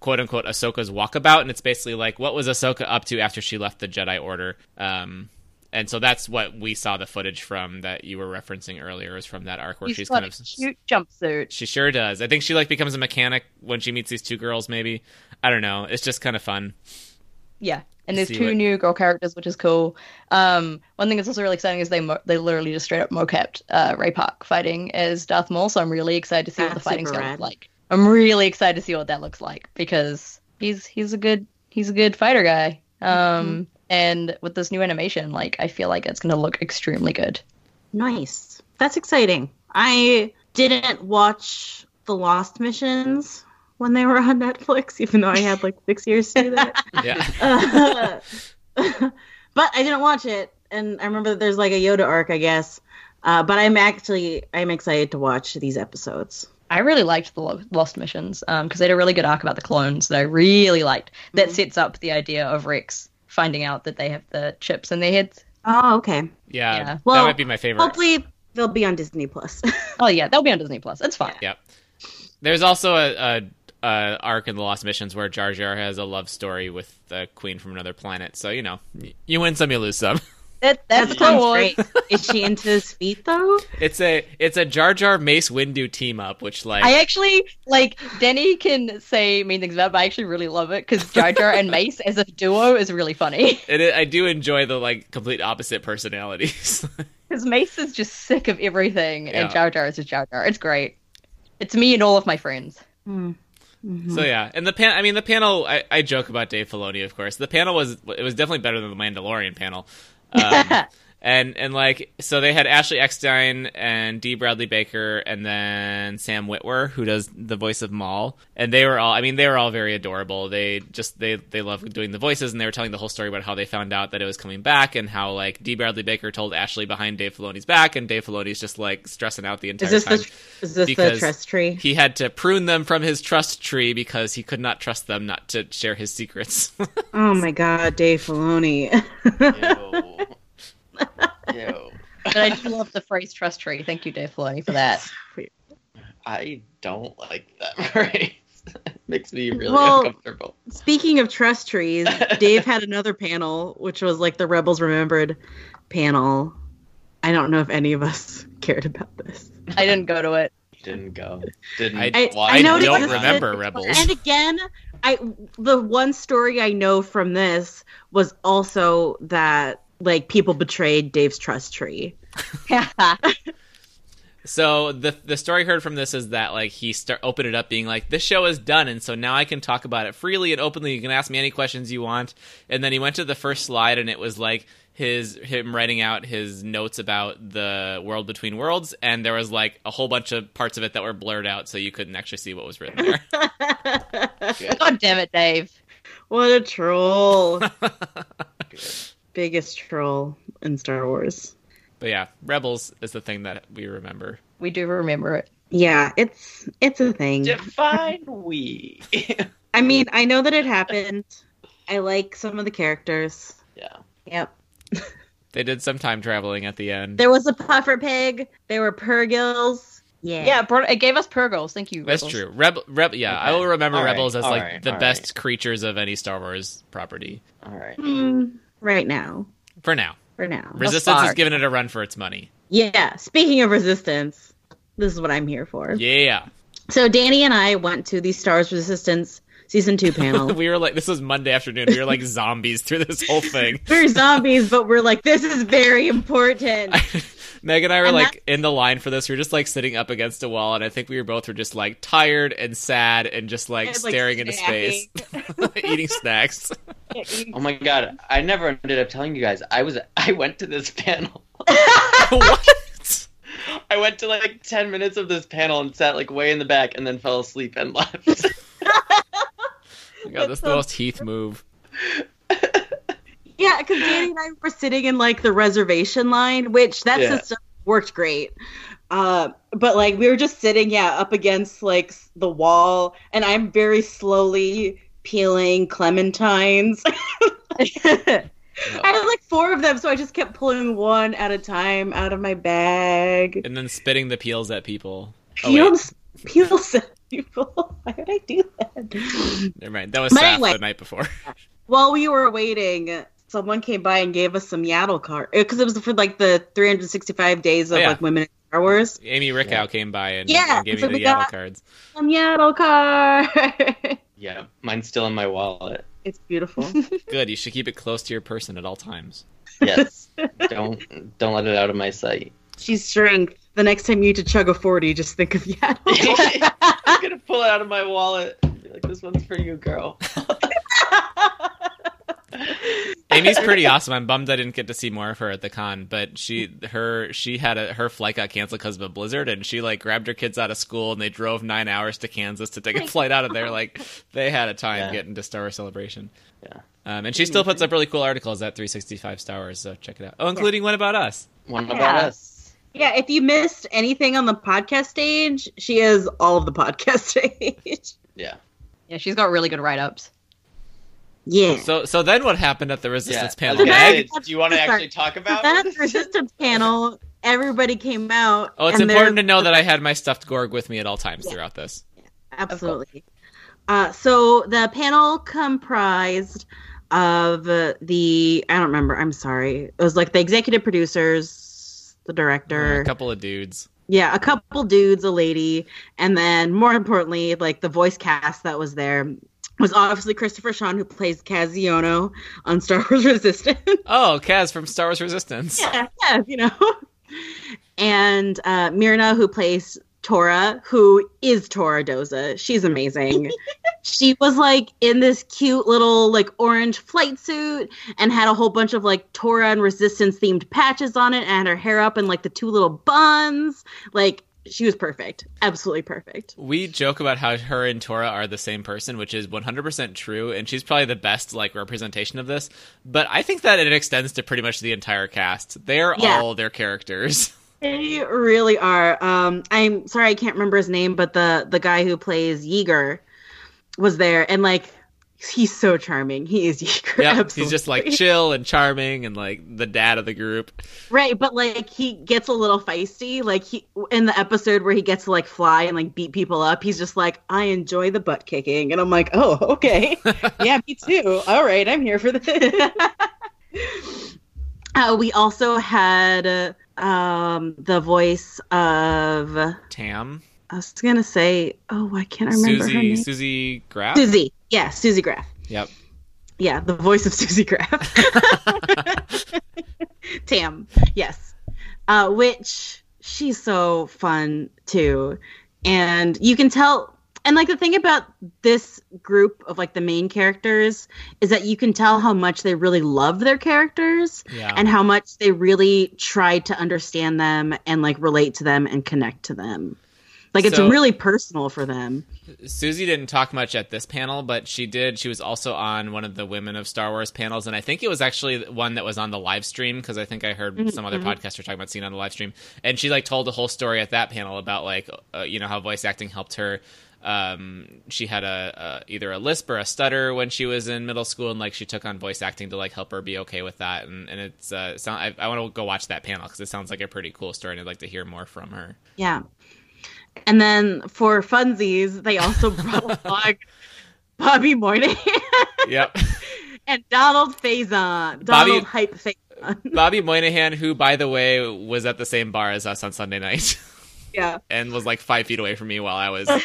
Speaker 2: quote unquote Ahsoka's walkabout, and it's basically like what was Ahsoka up to after she left the Jedi Order. Um, and so that's what we saw the footage from that you were referencing earlier is from that arc where
Speaker 3: He's
Speaker 2: she's,
Speaker 3: got
Speaker 2: kind of
Speaker 3: a cute jumpsuit.
Speaker 2: she sure does. I think she like becomes a mechanic when she meets these two girls. Maybe I don't know. It's just kind of fun.
Speaker 3: Yeah, and there's
Speaker 2: see
Speaker 3: two
Speaker 2: what-
Speaker 3: new girl characters, which is cool. Um, one thing that's also really exciting is they mo- they literally just straight up mocapped uh, Ray Park fighting as Darth Maul, so I'm really excited to see what the
Speaker 1: That's
Speaker 3: fighting's
Speaker 1: Ah, super
Speaker 3: going to
Speaker 1: rad.
Speaker 3: look like. I'm really excited to see what that looks like because he's he's a good he's a good fighter guy.
Speaker 1: Mm-hmm.
Speaker 3: Um, and with this new animation, like I feel like it's going to look extremely good.
Speaker 1: Nice. That's exciting. I didn't watch the Lost missions when they were on Netflix, even though I had like six years to do that.
Speaker 2: Yeah,
Speaker 1: Uh, but I didn't watch it, and I remember that there's like a Yoda arc, I guess. Uh, but I'm actually I'm excited to watch these episodes.
Speaker 3: I really liked the Lo- Lost Missions because they had a really good arc about the clones that I really liked. That
Speaker 1: Mhm.
Speaker 3: sets up the idea of Rex finding out that they have the chips in their heads.
Speaker 1: Oh, okay.
Speaker 2: yeah.
Speaker 3: Yeah.
Speaker 2: that
Speaker 1: Well,
Speaker 2: might be my favorite.
Speaker 1: Hopefully they'll be on Disney Plus.
Speaker 3: Oh yeah, they'll be on Disney Plus. It's fine.
Speaker 2: There's also a, a, a arc in the Lost Missions where Jar Jar has a love story with the queen from another planet. So you know, y- you win some, you lose some.
Speaker 3: That, that's
Speaker 1: that sounds
Speaker 3: cool.
Speaker 1: great. Is she into his feet though?
Speaker 2: It's a it's a Jar Jar Mace Windu team up, which like
Speaker 3: I actually like Denny can say mean things about, it, but I actually really love it because Jar Jar and Mace as a duo is really funny.
Speaker 2: it, I do enjoy the like complete opposite personalities.
Speaker 3: Because Mace is just sick of everything,
Speaker 2: Yeah.
Speaker 3: and Jar Jar is just Jar Jar. It's great. It's me and all of my friends.
Speaker 1: Hmm. Mhm.
Speaker 2: So yeah, and the pan. I mean, the panel. I, I joke about Dave Filoni, of course. The panel was it was definitely better than the Mandalorian panel. Um, and and like so they had Ashley Eckstein and Dee Bradley Baker and then Sam Witwer who does the voice of Maul and they were all I mean they were all very adorable they just they they love doing the voices and they were telling the whole story about how they found out that it was coming back and how like Dee Bradley Baker told Ashley behind Dave Filoni's back and Dave Filoni's just like stressing out the entire
Speaker 1: Is this
Speaker 2: time
Speaker 1: the is this
Speaker 2: because-
Speaker 1: the trust tree?
Speaker 2: he had to prune them from his trust tree because he could not trust them not to share his secrets.
Speaker 1: Oh my God, Dave Filoni.
Speaker 4: Yo. Yo.
Speaker 3: But I do love the phrase trust tree. Thank you, Dave Filoni, for that.
Speaker 4: I don't like that phrase. It Makes me really
Speaker 1: Well-
Speaker 4: uncomfortable.
Speaker 1: Speaking of trust trees, Dave had another panel, which was like the Rebels Remembered panel. I don't know if any of us cared about this.
Speaker 3: I didn't go to it.
Speaker 4: Didn't go. Didn't
Speaker 2: I-
Speaker 1: I-
Speaker 4: watch.
Speaker 1: I
Speaker 2: don't
Speaker 1: noticed this-
Speaker 2: remember Rebels.
Speaker 1: And again, I the one story I know from this was also that like people betrayed Dave's trust tree.
Speaker 2: so the the story heard from this is that like he start opened it up being like this show is done and so now I can talk about it freely and openly. You can ask me any questions you want. And then he went to the first slide and it was like his him writing out his notes about the world between worlds and there was like a whole bunch of parts of it that were blurred out so you couldn't actually see what was written there.
Speaker 3: God damn it, Dave.
Speaker 1: what a troll. Biggest troll in Star Wars.
Speaker 2: but yeah, Rebels is the thing that we remember.
Speaker 3: We do remember it.
Speaker 1: Yeah, it's it's a thing.
Speaker 4: Define we.
Speaker 1: I mean, I know that it happened. I like some of the characters.
Speaker 4: yeah.
Speaker 1: Yep.
Speaker 2: They did some time traveling at the end.
Speaker 1: There was a puffer pig. There were purgils.
Speaker 5: Yeah.
Speaker 3: Yeah, it, brought, it gave us Purgles. Thank you.
Speaker 2: That's
Speaker 3: Rebels.
Speaker 2: true. Rebel, Reb, yeah, I
Speaker 4: Okay.
Speaker 2: will remember
Speaker 4: All right,
Speaker 2: Rebels as
Speaker 4: all
Speaker 2: like
Speaker 4: right,
Speaker 2: the
Speaker 4: all
Speaker 2: best creatures of any Star Wars property
Speaker 4: All right.
Speaker 1: Hmm, right now.
Speaker 2: for now.
Speaker 1: For now.
Speaker 2: Resistance
Speaker 3: far.
Speaker 2: has given it a run for its money.
Speaker 1: Yeah. Speaking of resistance, This is what I'm here for.
Speaker 2: Yeah.
Speaker 1: So Danny and I went to the Stars Resistance season two panel.
Speaker 2: We were like, this was Monday afternoon. We were like zombies through this whole thing.
Speaker 1: we're zombies, but we're like, this is very important.
Speaker 2: Meg and I were
Speaker 1: And
Speaker 2: like in the line for this. We were just like sitting up against a wall, and I think we were both were just like tired and sad and just like
Speaker 1: And, like,
Speaker 2: staring into space, eating snacks.
Speaker 4: Oh my god, I never ended up telling you guys. I was I went to this panel.
Speaker 2: Oh what?
Speaker 4: I went to like 10 minutes of this panel and sat like way in the back and then fell asleep and left.
Speaker 2: Oh my God, that's the most Heath move.
Speaker 1: Yeah, because Danny and I were sitting in like the reservation line, which that
Speaker 4: Yeah.
Speaker 1: system worked great. Uh, but like we were just sitting, yeah, up against like s- the wall, and I'm very slowly peeling clementines. I had like four of them, so I just kept pulling one at a time out of my bag.
Speaker 2: And then spitting the peels at people. Oh,
Speaker 1: peel,
Speaker 2: wait,
Speaker 1: s- peel some people. Why would I do that?
Speaker 2: never mind. That was
Speaker 1: But
Speaker 2: Saf
Speaker 1: anyway.
Speaker 2: the night before.
Speaker 1: While we were waiting, someone came by and gave us some Yaddle card because it was for like the 365 days of
Speaker 2: Oh, yeah.
Speaker 1: like women in Star Wars.
Speaker 2: Amy Rickow came by and,
Speaker 1: Yeah,
Speaker 2: and gave
Speaker 1: so
Speaker 2: me
Speaker 1: we
Speaker 2: the
Speaker 1: got-
Speaker 2: Yaddle cards.
Speaker 1: Some Yaddle card.
Speaker 4: yeah, mine's still in my wallet.
Speaker 1: it's beautiful.
Speaker 2: Good. You should keep it close to your person at all times.
Speaker 4: Yes. don't don't let it out of my sight.
Speaker 1: She's strength. The next time you need to chug a 40, just think of Yaddle.
Speaker 4: I'm going to pull it out of my wallet. and be Like this one's for you, girl.
Speaker 2: Amy's pretty awesome. I'm bummed I didn't get to see more of her at the con, but she her she had a her flight got canceled because of a blizzard, and she like grabbed her kids out of school and they drove nine hours to Kansas to take a flight out of there. Like they had a time
Speaker 4: Yeah.
Speaker 2: getting to Star Wars Celebration.
Speaker 4: Yeah.
Speaker 2: Um, and she still puts up really cool articles at 365 Star Wars, so check it out. Oh, including one about us.
Speaker 4: One about
Speaker 3: Yeah.
Speaker 4: us.
Speaker 1: yeah, if you missed anything on the podcast stage, she is all of the podcast stage.
Speaker 4: Yeah.
Speaker 3: Yeah, she's got really good write ups.
Speaker 1: yeah.
Speaker 2: So so then what happened at the
Speaker 4: Yeah.
Speaker 2: Resistance
Speaker 4: I was
Speaker 2: panel?
Speaker 4: gonna
Speaker 2: Meg?
Speaker 4: say, Do you want to actually talk
Speaker 1: So
Speaker 4: about
Speaker 1: that
Speaker 4: it?
Speaker 1: resistance panel, everybody came out.
Speaker 2: Oh, it's
Speaker 1: and they're-
Speaker 2: important to know that I had my stuffed Gorg with me at all times
Speaker 1: Yeah.
Speaker 2: throughout this.
Speaker 1: Absolutely. Uh, so the panel comprised of uh, the I don't remember. I'm sorry. It was like the executive producers, the director,
Speaker 2: A couple of dudes.
Speaker 1: yeah, a couple dudes, a lady, and then more importantly, like the voice cast that was there was obviously Christopher Sean who plays Cassiono on Star Wars Resistance.
Speaker 2: Oh, Kaz from Star Wars Resistance.
Speaker 1: yeah, yeah, you know. And uh, Myrna, who plays Tora, who is Tora Doza, she's amazing. she was like in this cute little like orange flight suit and had a whole bunch of like Torah and Resistance themed patches on it, and had her hair up in like the two little buns. Like she was perfect, absolutely perfect.
Speaker 2: We joke about how her and Tora are the same person, which is 100% true, and she's probably the best like representation of this. But I think that it extends to pretty much the entire cast. They're
Speaker 1: Yeah.
Speaker 2: all their characters.
Speaker 1: They really are. Um, I'm sorry I can't remember his name, but the the guy who plays Yeager was there, and like he's so charming. He is Yeager.
Speaker 2: Yeah, he's
Speaker 1: absolutely.
Speaker 2: just like chill and charming and like the dad of the group.
Speaker 1: right, but like he gets a little feisty. Like he in the episode where he gets to like fly and like beat people up, he's just like, I enjoy the butt kicking, and I'm like, oh okay, yeah, me too. All right, I'm here for this. Uh, we also had uh, um, the voice of
Speaker 2: Tam,
Speaker 1: I was gonna say, oh, why can't I remember her
Speaker 2: Susie,
Speaker 1: name?
Speaker 2: Susie Graff.
Speaker 1: Susie, yeah, Susie Graff.
Speaker 2: Yep.
Speaker 1: Yeah, the voice of Susie Graff. Tam, yes. Uh, which she's so fun too, and you can tell. And like the thing about this group of like the main characters is that you can tell how much they really love their characters
Speaker 2: Yeah.
Speaker 1: and how much they really tried to understand them and like relate to them and connect to them. Like it's
Speaker 2: So-
Speaker 1: really personal for them.
Speaker 2: Susie didn't talk much at this panel, but she did. She was also on one of the Women of Star Wars panels, and I think it was actually one that was on the live stream because I think I heard some other podcaster talking about seeing it on the live stream, and she like told the whole story at that panel about like uh, you know how voice acting helped her. Um, she had a, a either a lisp or a stutter when she was in middle school, and like she took on voice acting to like help her be okay with that. And and it's uh, sound, I, I want to go watch that panel because it sounds like a pretty cool story, and I'd like to hear more from her.
Speaker 1: Yeah. And then for funsies, they also brought along Bobby Moynihan
Speaker 2: Yep.
Speaker 1: and Donald Faison. Donald
Speaker 2: Bobby-
Speaker 1: Hype Faison.
Speaker 2: Bobby Moynihan, who, by the way, was at the same bar as us on Sunday night.
Speaker 1: Yeah.
Speaker 2: and was like five feet away from me while I was
Speaker 1: So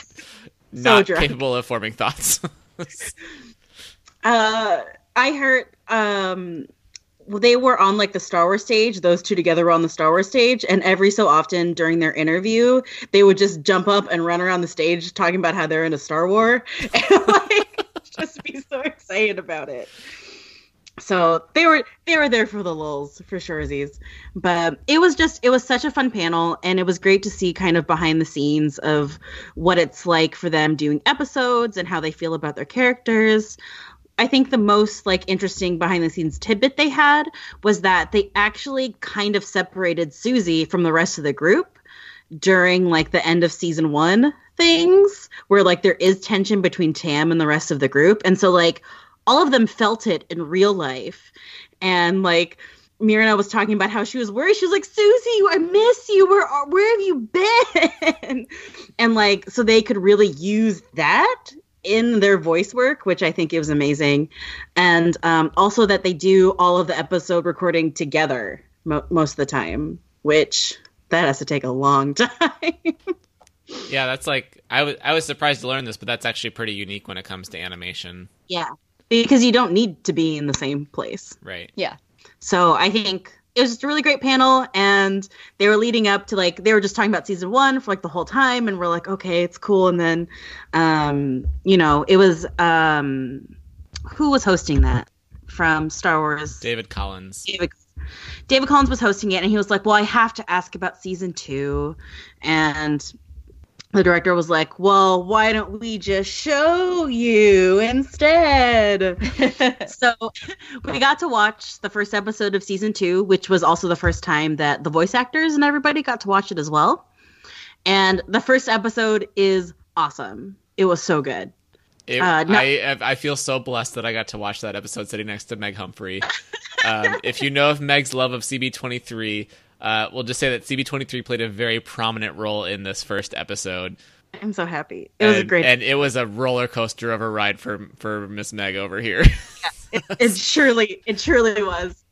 Speaker 2: not
Speaker 1: drunk.
Speaker 2: capable of forming thoughts.
Speaker 1: Uh, I heard um, they were on like the Star Wars stage. Those two together were on the Star Wars stage, and every so often during their interview, they would just jump up and run around the stage talking about how they're into Star War, and like just be so excited about it. So they were they were there for the lulls for surezies, but it was just it was such a fun panel, and it was great to see kind of behind the scenes of what it's like for them doing episodes and how they feel about their characters. I think the most like interesting behind the scenes tidbit they had was that they actually kind of separated Susie from the rest of the group during like the end of season 1 things where like there is tension between Tam and the rest of the group and so like all of them felt it in real life and like Mirna was talking about how she was worried. She was like, "Susie, I miss you. Where are- where have you been?" and like, so they could really use that in their voice work, which I think is amazing, and um, also that they do all of the episode recording together mo- most of the time, which that has to take a long time.
Speaker 2: yeah, that's like I was I was surprised to learn this, but that's actually pretty unique when it comes to animation,
Speaker 1: yeah, because you don't need to be in the same place.
Speaker 2: right?
Speaker 1: So I think it was just a really great panel, and they were leading up to like they were just talking about season one for like the whole time, and we're like, okay, it's cool. And then, um, you know, it was um, who was hosting that from Star Wars?
Speaker 2: David Collins.
Speaker 1: David, David Collins was hosting it, and he was like, "Well, I have to ask about season two. and the director was like, "Well, why don't we just show you instead?" so we got to watch the first episode of season two, which was also the first time that the voice actors and everybody got to watch it as well. And the first episode is awesome. It was so good.
Speaker 2: It,
Speaker 1: Uh, no-
Speaker 2: I I feel so blessed that I got to watch that episode sitting next to Meg Humphrey. um, if you know of Meg's love of CB23, uh, we'll just say that CB23 played a very prominent role in this first episode.
Speaker 1: I'm so happy. It was
Speaker 2: and,
Speaker 1: a great.
Speaker 2: and it was a roller coaster of a ride for for Miss Meg over here.
Speaker 1: it surely it surely was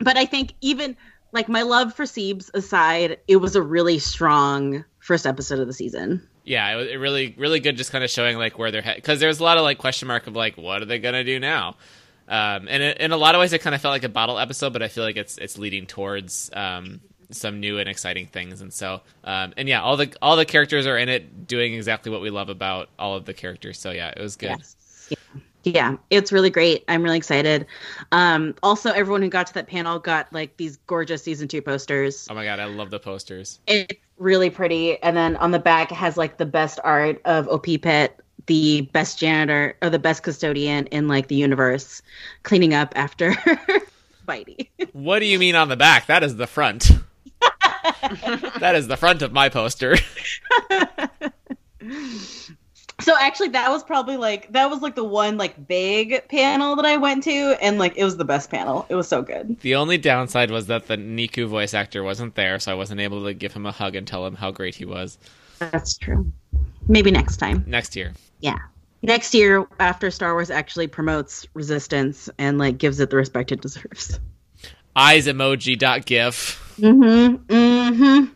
Speaker 1: but i think even like my love for Siebes aside it was a really strong first episode of the season
Speaker 2: yeah, it was it really really good, just kind of showing like where they're head because there's a lot of like question mark of like what are they gonna do now. Um, and it, in a lot of ways, it kind of felt like a bottle episode, but I feel like it's it's leading towards um, some new and exciting things. And so, um, and yeah, all the all the characters are in it, doing exactly what we love about all of the characters. So yeah, it was good.
Speaker 1: Yes. Yeah, it's really great. I'm really excited. Um, also, everyone who got to that panel got like these gorgeous season two posters.
Speaker 2: Oh my god, I love the posters.
Speaker 1: It's really pretty. And then on the back it has like the best art of OP Pet, the best janitor or the best custodian in like the universe, cleaning up after Bitey.
Speaker 2: What do you mean on the back? That is the front. that is the front of my poster.
Speaker 1: So actually, that was probably like that was like the one like big panel that I went to, and like it was the best panel. It was so good.
Speaker 2: The only downside was that the Niku voice actor wasn't there, so I wasn't able to give him a hug and tell him how great he was.
Speaker 1: That's true. Maybe next time,
Speaker 2: Next year.
Speaker 1: next year, after Star Wars actually promotes Resistance and like gives it the respect it deserves.
Speaker 2: Eyes emoji dot gif.
Speaker 1: Mm-hmm. Mm-hmm.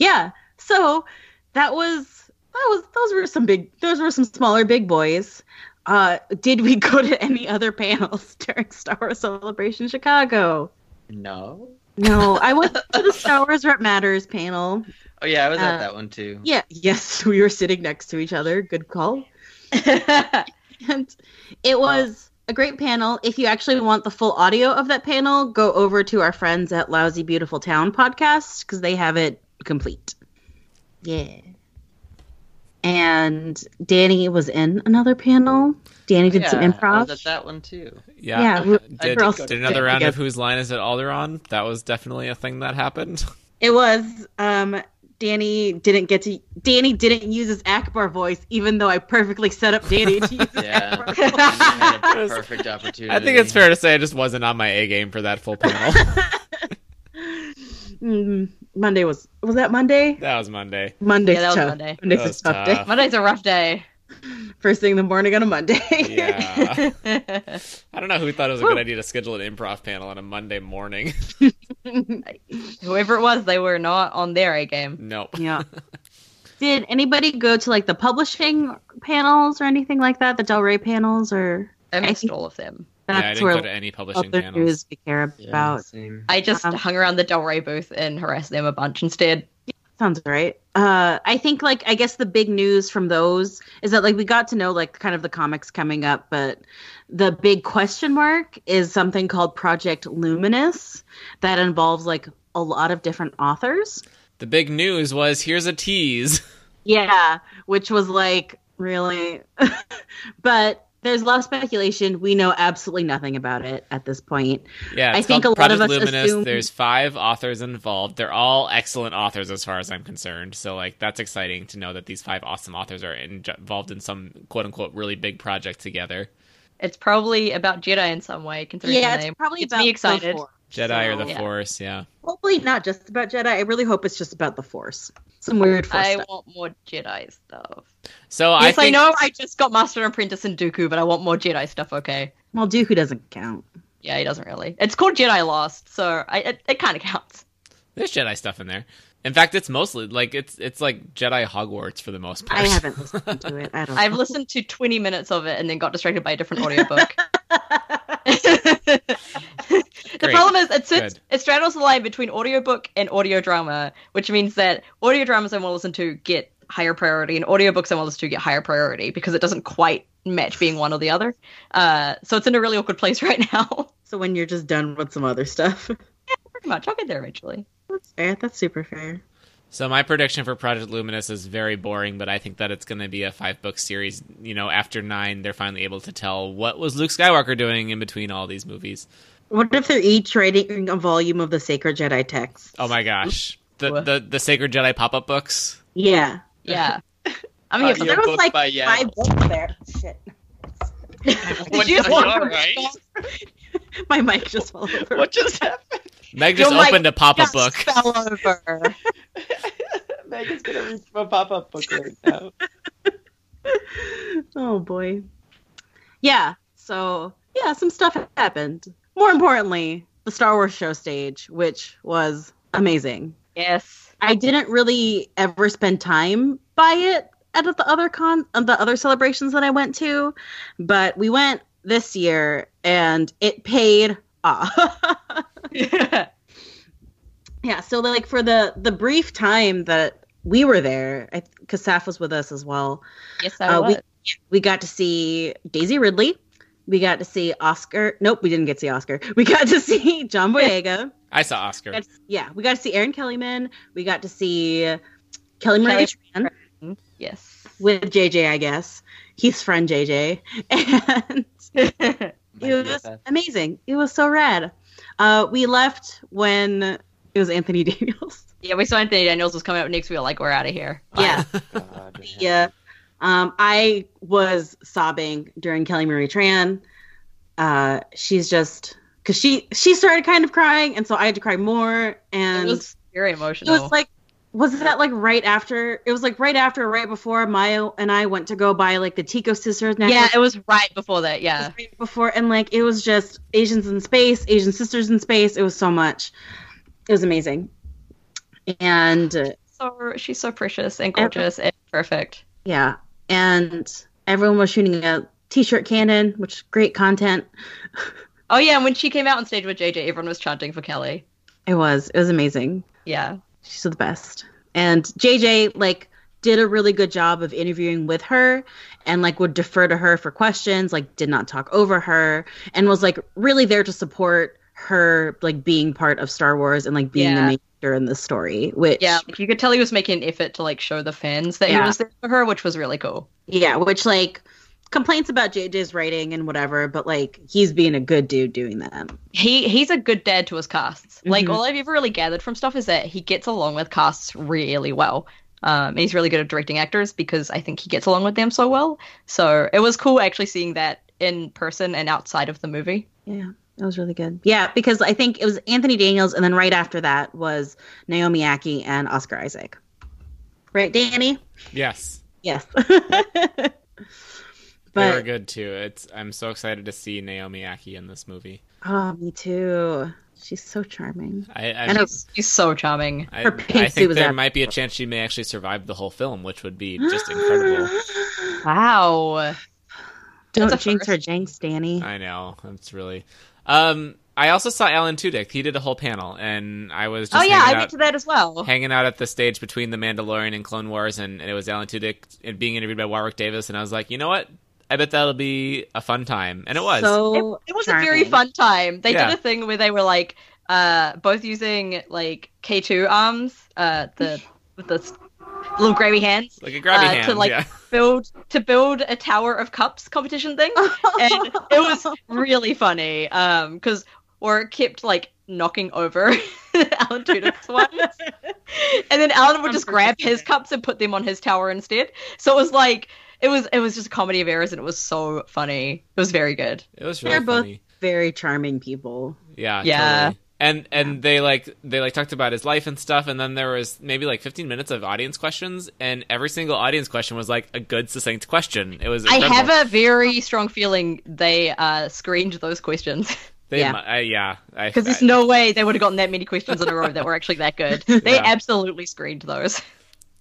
Speaker 1: Yeah. So that was that was those were some big those were some smaller big boys. Uh, did we go to any other panels during Star Wars Celebration Chicago?
Speaker 4: No.
Speaker 1: No, I went to the Star Wars Rep Matters panel.
Speaker 4: Oh yeah, I was
Speaker 1: Uh,
Speaker 4: at that one too.
Speaker 1: Yeah, yes, we were sitting next to each other. Good call. Uh, And it was a great panel. If you actually want the full audio of that panel, go over to our friends at Lousy Beautiful Town podcast because they have it complete. Yeah. And Danny was in another panel. Danny did some
Speaker 4: Yeah, I
Speaker 1: improv.
Speaker 4: was at that one too.
Speaker 1: Yeah,
Speaker 2: Yeah.
Speaker 1: we-
Speaker 2: did,
Speaker 1: we're all
Speaker 2: did another
Speaker 1: sitting
Speaker 2: round of
Speaker 1: together.
Speaker 2: Whose Line Is It Alderon? That was definitely a thing that happened.
Speaker 1: It was. Um, Danny didn't get to. Danny didn't use his Akbar voice, even though I perfectly set up Danny to use his
Speaker 4: Yeah.
Speaker 1: Akbar
Speaker 4: You
Speaker 1: voice.
Speaker 4: had a
Speaker 2: It was-
Speaker 4: perfect opportunity.
Speaker 2: I think it's fair to say I just wasn't on my A game for that full panel.
Speaker 1: Mm, Monday was was that Monday?
Speaker 2: that was Monday.
Speaker 1: Monday's
Speaker 3: Yeah, that was
Speaker 1: tough.
Speaker 3: Monday.
Speaker 1: Monday's
Speaker 2: That was
Speaker 1: a tough,
Speaker 2: tough.
Speaker 1: day.
Speaker 3: Monday's a rough day.
Speaker 1: first thing in the morning on a Monday.
Speaker 2: Yeah. I don't know who thought it was a good idea to schedule an improv panel on a Monday morning.
Speaker 3: Whoever it was, they were not on their A game.
Speaker 2: nope.
Speaker 1: yeah. Did anybody go to like the publishing panels or anything like that? The Del Rey panels or
Speaker 3: I
Speaker 1: I
Speaker 3: missed
Speaker 1: think
Speaker 3: all of them.
Speaker 2: Yeah, I
Speaker 1: that's
Speaker 2: didn't go
Speaker 1: where
Speaker 2: to any
Speaker 1: all
Speaker 2: publishing
Speaker 1: the
Speaker 2: panels.
Speaker 1: news we care
Speaker 4: Yeah,
Speaker 1: about.
Speaker 4: same.
Speaker 3: I just
Speaker 1: Um,
Speaker 3: hung around the Del Rey booth and harassed them a bunch instead.
Speaker 1: Sounds right. Uh, I think like I guess the big news from those is that like we got to know like kind of the comics coming up, but the big question mark is something called Project Luminous that involves like a lot of different authors.
Speaker 2: The big news was here's a tease.
Speaker 1: Yeah, which was like really, but there's a lot of speculation. We know absolutely nothing about it at this point.
Speaker 2: Yeah,
Speaker 1: I
Speaker 2: it's
Speaker 1: think
Speaker 2: called
Speaker 1: a lot of
Speaker 2: Project
Speaker 1: us
Speaker 2: Luminous.
Speaker 1: assume-
Speaker 2: There's five authors involved. They're all excellent authors, as far as I'm concerned. So, like, that's exciting to know that these five awesome authors are in- involved in some quote unquote really big project together.
Speaker 3: It's probably about Jedi in some way, considering
Speaker 1: yeah,
Speaker 3: the name.
Speaker 1: it's probably
Speaker 3: Gets
Speaker 1: about
Speaker 3: me
Speaker 1: the
Speaker 3: excited.
Speaker 1: Force,
Speaker 2: Jedi or the
Speaker 1: so-
Speaker 3: Yeah.
Speaker 2: Force, yeah.
Speaker 1: Hopefully not just about Jedi. I really hope it's just about the Force. Some weird Force
Speaker 3: I
Speaker 1: stuff.
Speaker 3: want more Jedi stuff.
Speaker 2: So I
Speaker 3: yes, I,
Speaker 2: think
Speaker 3: know I just got Master and Apprentice and Dooku, but I want more Jedi stuff. Okay,
Speaker 1: Well, Dooku doesn't count.
Speaker 3: yeah, he doesn't really. It's called Jedi Lost, so I, it, it kind of counts.
Speaker 2: there's Jedi stuff in there. In fact, it's mostly like it's it's like Jedi Hogwarts for the most part.
Speaker 1: I haven't listened to it. I don't.
Speaker 3: I've
Speaker 1: know.
Speaker 3: listened to 20 minutes of it and then got distracted by a different audiobook. the
Speaker 2: Great.
Speaker 3: problem is it sits,
Speaker 2: Good.
Speaker 3: it straddles the line between audiobook and audio drama, which means that audio dramas I want to listen to get higher priority and audiobooks I want to listen to get higher priority because it doesn't quite match being one or the other. Uh, so it's in a really awkward place right now.
Speaker 1: So when you're just done with some other stuff,
Speaker 3: Pretty much, I'll get there eventually.
Speaker 1: that's fair. That's super fair.
Speaker 2: So my prediction for Project Luminous is very boring, but I think that it's going to be a five book series. You know, after nine, they're finally able to tell what was Luke Skywalker doing in between all these movies.
Speaker 1: What if they're each writing a volume of the Sacred Jedi text?
Speaker 2: Oh my gosh, the
Speaker 3: What?
Speaker 2: the, the Sacred Jedi pop up books.
Speaker 1: Yeah.
Speaker 3: Yeah. I mean,
Speaker 4: Audio
Speaker 3: if
Speaker 1: So there was
Speaker 4: book
Speaker 1: like
Speaker 4: Uh, by Yao.
Speaker 1: five books there. Shit.
Speaker 3: Did you
Speaker 4: Alright.
Speaker 1: My mic just fell over.
Speaker 4: What just happened?
Speaker 2: Meg
Speaker 3: Your
Speaker 2: just
Speaker 3: mic
Speaker 2: opened a pop up
Speaker 3: just
Speaker 2: book.
Speaker 3: fell over.
Speaker 4: Megan's gonna read from a pop-up book right now.
Speaker 1: Oh boy. Yeah. So yeah, some stuff happened. More importantly, the Star Wars show stage, which was amazing.
Speaker 3: yes.
Speaker 1: I didn't really ever spend time by it at the other con of the other celebrations that I went to, but we went this year and it paid off. yeah, so like for the the brief time that we were there, I because Saf was with us as well.
Speaker 3: Yes, I
Speaker 1: Uh, we-
Speaker 3: was.
Speaker 1: We got to see Daisy Ridley. We got to see Oscar. Nope, we didn't get to see Oscar. We got to see John Boyega.
Speaker 2: I saw Oscar.
Speaker 1: That's- yeah, we got to see Aaron Kellyman. We got to see Kelly
Speaker 3: Kelly
Speaker 1: Marie Tran
Speaker 3: yes.
Speaker 1: with JJ, I guess. He's friend JJ. And it was amazing. It was so rad. Uh, we left when it was Anthony Daniels.
Speaker 3: yeah, we saw Anthony Daniels was coming up next. We were like, we're out of here.
Speaker 1: Yeah. Yeah. Um, I was sobbing during Kelly Marie Tran. Uh, she's just because she she started kind of crying, and so I had to cry more.
Speaker 3: It
Speaker 1: And
Speaker 3: was very
Speaker 1: it
Speaker 3: emotional.
Speaker 1: was like was that like right after it was like right after right before Maya and I went to go buy like the Tico Sisters necklace
Speaker 3: yeah, it was right before that. Yeah.
Speaker 1: right before and like it was just Asians in space, Asian sisters in space. It was so much. It was amazing. And uh,
Speaker 3: So she's so precious and gorgeous and perfect.
Speaker 1: yeah, and everyone was shooting a t-shirt cannon, which is great content.
Speaker 3: Oh yeah, and when she came out on stage with JJ, everyone was chanting for Kelly.
Speaker 1: It was. It was amazing.
Speaker 3: Yeah.
Speaker 1: She's the best. And JJ like did a really good job of interviewing with her and like would defer to her for questions, like did not talk over her and was like really there to support her like being part of Star Wars and like being the
Speaker 3: Yeah.
Speaker 1: main character in the story, which
Speaker 3: Yeah. Like, you could tell he was making an effort to like show the fans that
Speaker 1: Yeah.
Speaker 3: he was there for her, which was really cool.
Speaker 1: yeah, which like complaints about JJ's writing and whatever, but like he's being a good dude doing that.
Speaker 3: He he's a good dad to his casts. Like
Speaker 1: Mhm.
Speaker 3: all I've ever really gathered from stuff is that he gets along with casts really well. Um, and he's really good at directing actors because I think he gets along with them so well. So it was cool actually seeing that in person and outside of the movie.
Speaker 1: Yeah, that was really good. Yeah, because I think it was Anthony Daniels, and then right after that was Naomi Aki and Oscar Isaac. Right, Danny?
Speaker 2: Yes.
Speaker 1: Yes.
Speaker 2: they were
Speaker 1: But
Speaker 2: good too. It's I'm so excited to see Naomi Aki in this movie.
Speaker 1: oh, me too. She's so charming.
Speaker 2: I I,
Speaker 1: And
Speaker 3: She's, she's so charming.
Speaker 2: I,
Speaker 1: her
Speaker 2: I
Speaker 1: pink suit
Speaker 2: think
Speaker 1: was
Speaker 2: there
Speaker 1: epic.
Speaker 2: might be a chance she may actually survive the whole film, which would be just incredible.
Speaker 3: Wow.
Speaker 1: Don't
Speaker 3: That's a
Speaker 1: jinx her
Speaker 3: first.
Speaker 1: jinx, Danny.
Speaker 2: I know. It's really. Um, I also saw Alan Tudyk. He did a whole panel, and I was
Speaker 3: Oh
Speaker 2: just
Speaker 3: yeah, I
Speaker 2: hanging,
Speaker 3: went
Speaker 2: out,
Speaker 3: to that as well.
Speaker 2: hanging out at the stage between The Mandalorian and Clone Wars, and, and it was Alan Tudyk and being interviewed by Warwick Davis, and I was like, you know what? I bet that'll be a fun time, and it was.
Speaker 1: So
Speaker 3: It, it was a very
Speaker 1: charming.
Speaker 3: fun time. They
Speaker 2: Yeah.
Speaker 3: did a thing where they were like uh both using like K2 arms, uh the with the s- little grabby hands
Speaker 2: like a grabby
Speaker 3: uh, to,
Speaker 2: hand,
Speaker 3: like,
Speaker 2: yeah.
Speaker 3: build to build a tower of cups competition thing. And it was really funny um because or kept like knocking over alan tudyk's one and then alan would
Speaker 1: On purpose,
Speaker 3: just grab
Speaker 1: I
Speaker 3: his
Speaker 1: think.
Speaker 3: cups and put them on his tower instead so it was like it was it was just a comedy of errors and it was so funny it was very good
Speaker 2: It was really
Speaker 1: They're both
Speaker 2: funny.
Speaker 1: very charming people.
Speaker 2: Yeah,
Speaker 3: Yeah.
Speaker 2: Totally. And and they like they like talked about his life and stuff, and then there was maybe like 15 minutes of audience questions, and every single audience question was like a good succinct question. It was.
Speaker 3: i
Speaker 2: incredible.
Speaker 3: have a very strong feeling they uh screened those questions
Speaker 2: They,
Speaker 1: Yeah.
Speaker 2: mu- I, yeah. I-
Speaker 3: because there's
Speaker 2: I-
Speaker 3: no way they would have gotten that many questions in a row that were actually that good they
Speaker 2: Yeah.
Speaker 3: absolutely screened those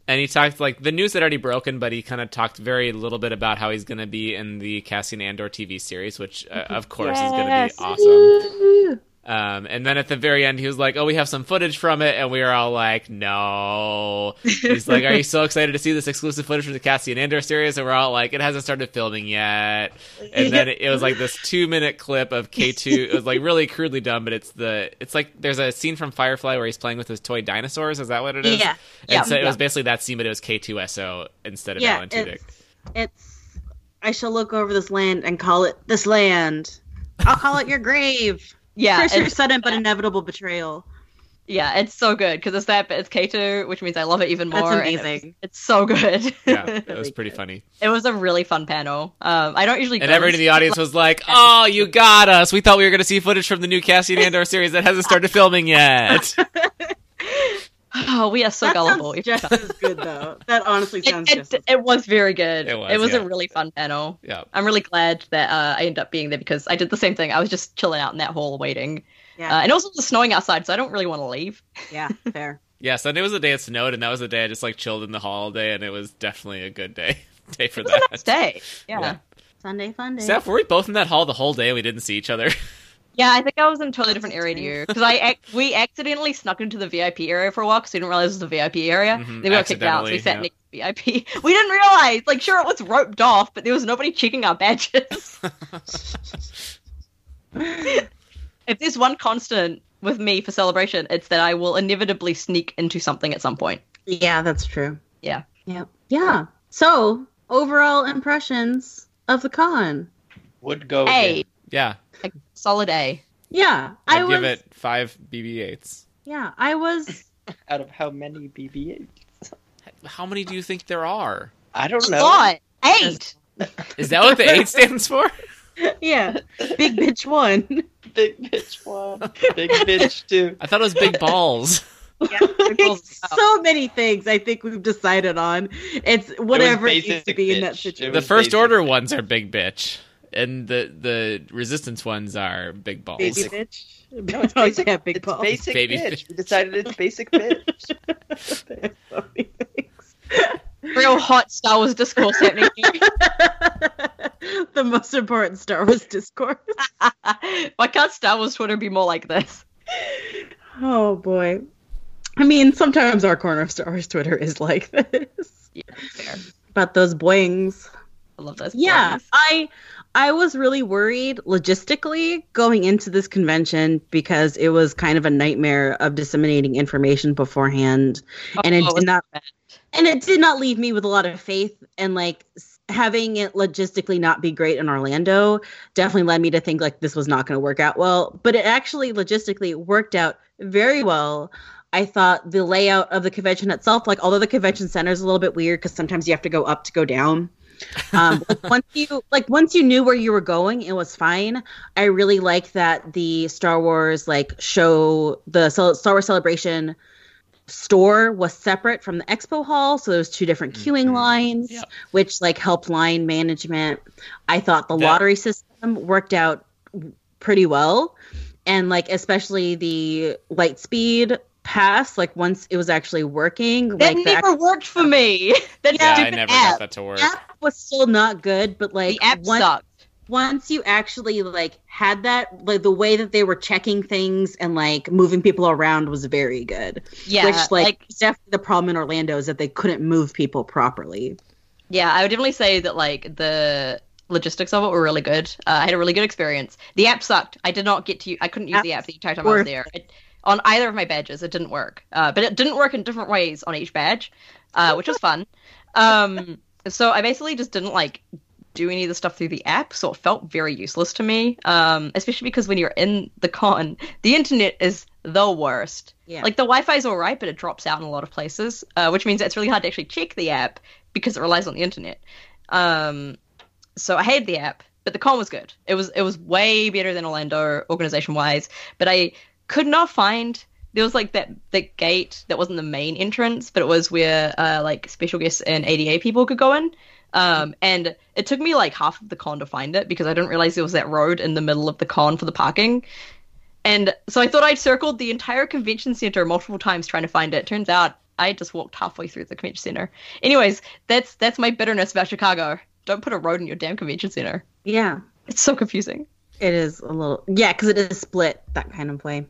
Speaker 2: And he talked like the news had already broken, but he kind of talked very little bit about how he's going to be in the Cassian Andor TV series, which uh, of course is going to be
Speaker 1: Yes.
Speaker 2: awesome. Um, and then at the very end, he was like, "Oh, we have some footage from it," and we were all like, "No." He's like, "Are you so excited to see this exclusive footage from the Cassian Andor series?" And we're all like, "It hasn't started filming yet." And then it, it was like this two-minute clip of K two. It was like really crudely done, but it's the it's like there's a scene from Firefly where he's playing with his toy dinosaurs. Is that what it is?
Speaker 1: Yeah.
Speaker 2: And
Speaker 3: Yeah,
Speaker 2: so it
Speaker 3: yeah.
Speaker 2: was basically that scene, but it was K2SO instead of
Speaker 1: Yeah,
Speaker 2: Alan Tudyk.
Speaker 1: it's, it's I shall look over this land and call it this land. I'll call it your grave.
Speaker 3: yeah
Speaker 1: Curse your
Speaker 3: it's-
Speaker 1: sudden but inevitable betrayal.
Speaker 3: Yeah, it's so good because it's that, but it's K2, which means I love it even more.
Speaker 1: That's
Speaker 3: and it was-
Speaker 1: amazing.
Speaker 3: It's so good.
Speaker 2: Yeah, it was pretty
Speaker 1: good.
Speaker 2: funny.
Speaker 3: it was a really fun panel. Um, I don't usually.
Speaker 2: And
Speaker 3: go
Speaker 2: everyone
Speaker 3: to
Speaker 2: in the audience was like, "Oh, you got us! We thought we were going to see footage from the new Cassian Andor series that hasn't started filming yet."
Speaker 3: Oh, we are so
Speaker 1: that
Speaker 3: gullible.
Speaker 1: sounds just as good though. That honestly
Speaker 3: it,
Speaker 1: sounds just.
Speaker 3: it, it was very good.
Speaker 2: It
Speaker 3: It
Speaker 2: was,
Speaker 3: was,
Speaker 2: yeah.
Speaker 3: a really fun panel.
Speaker 2: yeah,
Speaker 3: I'm really glad that uh, I ended up being there because I did the same thing. I was just chilling out in that hall waiting,
Speaker 1: Yeah,
Speaker 3: uh, and also it was snowing outside, so I don't really want to leave.
Speaker 1: yeah, fair.
Speaker 2: yeah. So it was the day it snowed, and that was the day I just like chilled in the hall all day, and it was definitely a good day day for
Speaker 3: It was a
Speaker 2: that.
Speaker 3: nice day. Yeah.
Speaker 2: Yeah.
Speaker 3: yeah,
Speaker 1: Sunday fun day.
Speaker 2: Steph, were we both in that hall the whole day? and We didn't see each other.
Speaker 3: I think I was in a totally different area to you because I ac- we accidentally snuck into the VIP area for a while because we didn't realize it was a VIP area.
Speaker 2: Mhm,
Speaker 3: They got kicked out, so
Speaker 2: accidentally,
Speaker 3: we
Speaker 2: yeah.
Speaker 3: sat next to VIP. We didn't realize, like, sure, it was roped off, but there was nobody checking our badges. if there's one constant with me for celebration, it's that I will inevitably sneak into something at some point.
Speaker 1: Yeah, that's true.
Speaker 3: Yeah.
Speaker 1: Yeah. Yeah. So overall impressions of the con.
Speaker 4: Would go.
Speaker 3: A,
Speaker 2: yeah,
Speaker 3: a solid A.
Speaker 1: Yeah,
Speaker 2: I
Speaker 1: I
Speaker 2: give
Speaker 1: was.
Speaker 2: it five BB-8s.
Speaker 1: Yeah, I was.
Speaker 4: Out of how many BB-8?
Speaker 2: How many do you think there are?
Speaker 4: I don't
Speaker 3: A
Speaker 4: know.
Speaker 3: lot. Eight.
Speaker 2: Is that what the eight stands for?
Speaker 1: Yeah, big bitch one.
Speaker 4: Big bitch one. Big bitch two.
Speaker 2: I thought it was big balls.
Speaker 1: Like, so many things I think we've decided on. It's whatever it, used to
Speaker 4: basic
Speaker 1: be in that
Speaker 4: bitch.
Speaker 1: situation.
Speaker 4: It
Speaker 2: the
Speaker 4: was
Speaker 2: first
Speaker 4: basic.
Speaker 2: order ones are big bitch, and the the resistance ones are big balls.
Speaker 1: Baby bitch.
Speaker 4: No, it's
Speaker 1: Oh,
Speaker 4: basic.
Speaker 1: yeah, big
Speaker 4: it's
Speaker 1: balls.
Speaker 4: basic
Speaker 2: Baby
Speaker 4: bitch.
Speaker 2: bitch.
Speaker 4: We decided it's basic bitch.
Speaker 1: So many things.
Speaker 3: Real hot Star Wars discourse happening. here.
Speaker 1: the most important Star Wars discourse.
Speaker 3: Why can't Star Wars Twitter be more like this?
Speaker 1: Oh boy. I mean, sometimes our corner of Star Wars Twitter is like this.
Speaker 3: Fair.
Speaker 1: About those boings.
Speaker 3: I love those.
Speaker 1: Yeah,
Speaker 3: boys.
Speaker 1: I I was really worried logistically going into this convention because it was kind of a nightmare of disseminating information beforehand, and it
Speaker 3: Oh,
Speaker 1: did not
Speaker 3: bad.
Speaker 1: and it did not leave me with a lot of faith. And like s- having it logistically not be great in Orlando definitely led me to think like this was not going to work out well. But it actually logistically worked out very well. I thought the layout of the convention itself, like although the convention center is a little bit weird because sometimes you have to go up to go down. um, like, once you like once you knew where you were going, it was fine. I really like that the Star Wars like show the cel- Star Wars Celebration store was separate from the expo hall, so there was two different queuing
Speaker 2: Mhm.
Speaker 3: Mm-hmm.
Speaker 1: lines,
Speaker 2: Yep.
Speaker 1: which like helped line management. I thought the
Speaker 2: That-
Speaker 1: lottery system worked out w- pretty well, and like especially the light speed pass. Like once it was actually working,
Speaker 3: That
Speaker 1: like the
Speaker 3: never worked for me. That
Speaker 2: Yeah, I
Speaker 3: stupid
Speaker 2: never
Speaker 3: app.
Speaker 2: got that to work.
Speaker 1: app was still not good, but like
Speaker 3: the app
Speaker 1: once-
Speaker 3: sucked.
Speaker 1: once you actually like had that like the way that they were checking things and like moving people around was very good
Speaker 3: Yeah,
Speaker 1: which like, definitely the problem in orlando is that they couldn't move people properly
Speaker 3: Yeah, I would definitely say that like the logistics of it were really good. Uh, I had a really good experience. The app sucked. I did not get to. u- I couldn't use the app the entire time I was
Speaker 1: Worth
Speaker 3: there. It, on either of my badges, it didn't work. Uh, but it didn't work in different ways on each badge, uh, which was fun. Um, so I basically just didn't like do any of the stuff through the app, so it felt very useless to me. Um, especially because when you're in the con, the internet is the worst.
Speaker 1: yeah
Speaker 3: Like the Wi-Fi is all right, but it drops out in a lot of places, uh, which means it's really hard to actually check the app because it relies on the internet. Um, so I hated the app, but the con was good. It was it was way better than Orlando organization wise, but I could not find there was like that the gate that wasn't the main entrance, but it was where uh, like special guests and ADA people could go in. Um, and it took me like half of the con to find it because I didn't realize there was that road in the middle of the con for the parking. And so I thought I'd circled the entire convention center multiple times trying to find it. Turns out I just walked halfway through the convention center. Anyways, that's that's my bitterness about Chicago. Don't put a road in your damn convention center.
Speaker 1: yeah
Speaker 3: It's so confusing.
Speaker 1: it is a little yeah because it is split that kind of way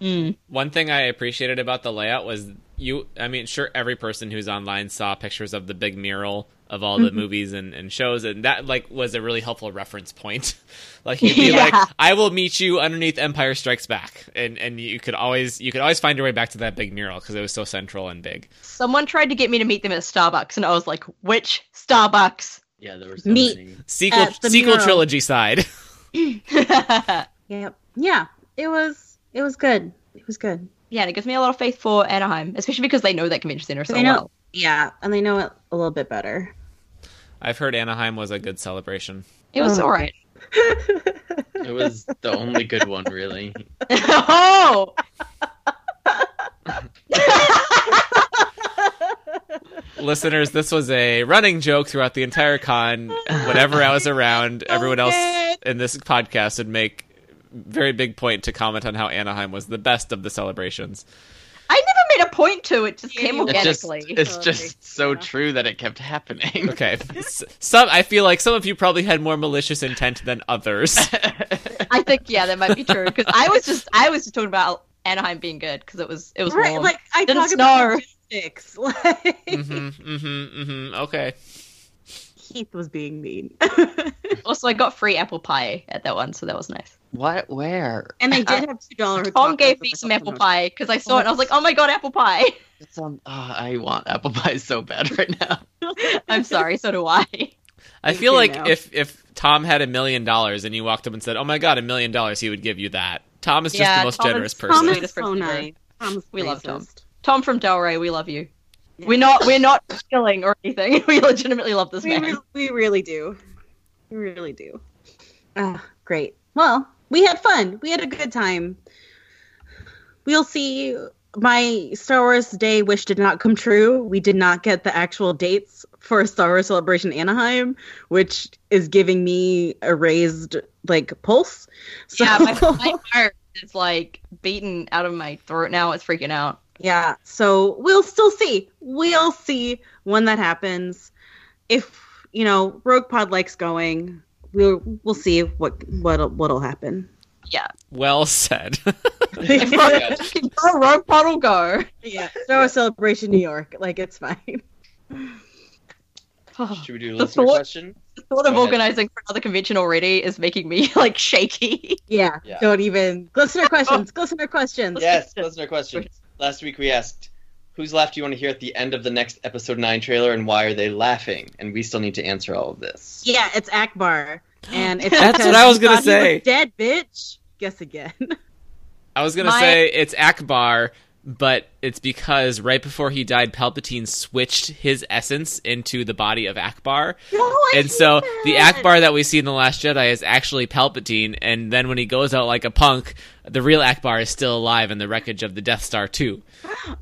Speaker 1: Hmm.
Speaker 2: One thing I appreciated about the layout was you. I mean, sure, every person who's online saw pictures of the big mural of all
Speaker 1: Mm-hmm.
Speaker 2: the movies and, and shows, and that like was a really helpful reference point. like you'd be
Speaker 3: Yeah.
Speaker 2: like, "I will meet you underneath Empire Strikes Back," and and you could always you could always find your way back to that big mural because it was so central and big.
Speaker 3: Someone tried to get me to meet them at Starbucks, and I was like, "Which Starbucks?"
Speaker 4: Yeah, there were so
Speaker 1: Meat.
Speaker 4: many.
Speaker 2: Sequel
Speaker 1: At the
Speaker 2: sequel
Speaker 1: mural.
Speaker 2: trilogy side.
Speaker 3: yeah,
Speaker 1: yep yeah it was it was good it was good
Speaker 3: and it gives me a lot of faith for Anaheim, especially because they know that convention center so
Speaker 1: They know.
Speaker 3: well.
Speaker 1: yeah and they know it a little bit better
Speaker 2: I've heard Anaheim was a good celebration.
Speaker 3: It was
Speaker 1: Oh.
Speaker 3: all right.
Speaker 4: It was the only good one, really.
Speaker 3: oh,
Speaker 2: Listeners, this was a running joke throughout the entire con. Whenever I was around, everyone else in this podcast would make very big point to comment on how Anaheim was the best of the celebrations.
Speaker 3: I never made a point to it; just came
Speaker 4: It just,
Speaker 3: organically.
Speaker 4: it's just so
Speaker 1: Yeah.
Speaker 4: true that it kept happening.
Speaker 2: Okay, S- some I feel like some of you probably had more malicious intent than others.
Speaker 3: I think yeah, that might be true because I was just I was just talking about Anaheim being good because it was it was
Speaker 1: right
Speaker 3: warm.
Speaker 1: like i
Speaker 3: Didn't
Speaker 1: talk about
Speaker 3: snow.
Speaker 1: logistics like
Speaker 2: hmm hmm hmm Okay,
Speaker 1: keith was being mean
Speaker 3: also, I got free apple pie at that one, so that was nice. Uh,
Speaker 4: What? Where?
Speaker 1: and they did have two dollar
Speaker 3: Tom gave me some apple pie because I saw it and I was like, oh my god, apple pie.
Speaker 4: It's on- oh, I want apple pie so bad right now.
Speaker 3: I'm sorry, so do I.
Speaker 2: I
Speaker 1: Thank
Speaker 2: feel
Speaker 1: you,
Speaker 2: like
Speaker 1: Mel.
Speaker 2: if if Tom had a million dollars and you walked up and said, "Oh my god, a million dollars," he would give you that. Tom is just
Speaker 3: Yeah,
Speaker 2: the most
Speaker 3: Tom is-
Speaker 2: generous person.
Speaker 1: Tom is
Speaker 3: Sweetest
Speaker 1: so
Speaker 3: person ever.
Speaker 1: nice. Tom is
Speaker 3: We love Tom.
Speaker 1: racist.
Speaker 3: Tom from Delray, we love you.
Speaker 1: Yeah.
Speaker 3: We're not we're not killing or anything. We legitimately love this
Speaker 1: We,
Speaker 3: man.
Speaker 1: re- we really do. We really do. Ah, great. Well, we had fun. We had a good time. We'll see. My Star Wars Day wish did not come true. We did not get the actual dates for Star Wars Celebration Anaheim, which is giving me a raised like pulse. So,
Speaker 3: Yeah, my, my heart is like beaten out of my throat now. It's freaking out.
Speaker 1: Yeah, so we'll still see. We'll see when that happens. If you know Rogue Pod likes going, we'll we'll see what what what'll happen.
Speaker 2: Well said.
Speaker 1: yeah,
Speaker 3: Oh, rogue pod will go.
Speaker 1: Star Wars Celebration New York, like it's fine.
Speaker 3: Oh,
Speaker 4: Should we do a
Speaker 3: The
Speaker 4: listener
Speaker 3: thought-
Speaker 4: question?
Speaker 3: the thought of
Speaker 4: Go ahead.
Speaker 3: organizing for another convention already is making me like shaky.
Speaker 1: Yeah, Oh.
Speaker 4: Yeah.
Speaker 1: don't even glistener questions. Glistener questions.
Speaker 4: Yes, listener question. Last week we asked, whose laugh do you want to hear at the end of the next episode nine trailer, and why are they laughing? And we still need to answer all of this.
Speaker 1: Yeah, it's Akbar, and it's
Speaker 2: That's
Speaker 1: because
Speaker 2: what I was
Speaker 1: he
Speaker 2: gonna
Speaker 1: thought he was
Speaker 2: say.
Speaker 1: Dead bitch. Guess again.
Speaker 2: I was gonna
Speaker 3: My-
Speaker 2: say it's Akbar but it's because right before he died, Palpatine switched his essence into the body of Akbar.
Speaker 1: No, I
Speaker 2: And so
Speaker 1: can't.
Speaker 2: the Akbar that we see in The Last Jedi is actually Palpatine, and then when he goes out like a punk, the real Akbar is still alive in the wreckage of the Death Star 2.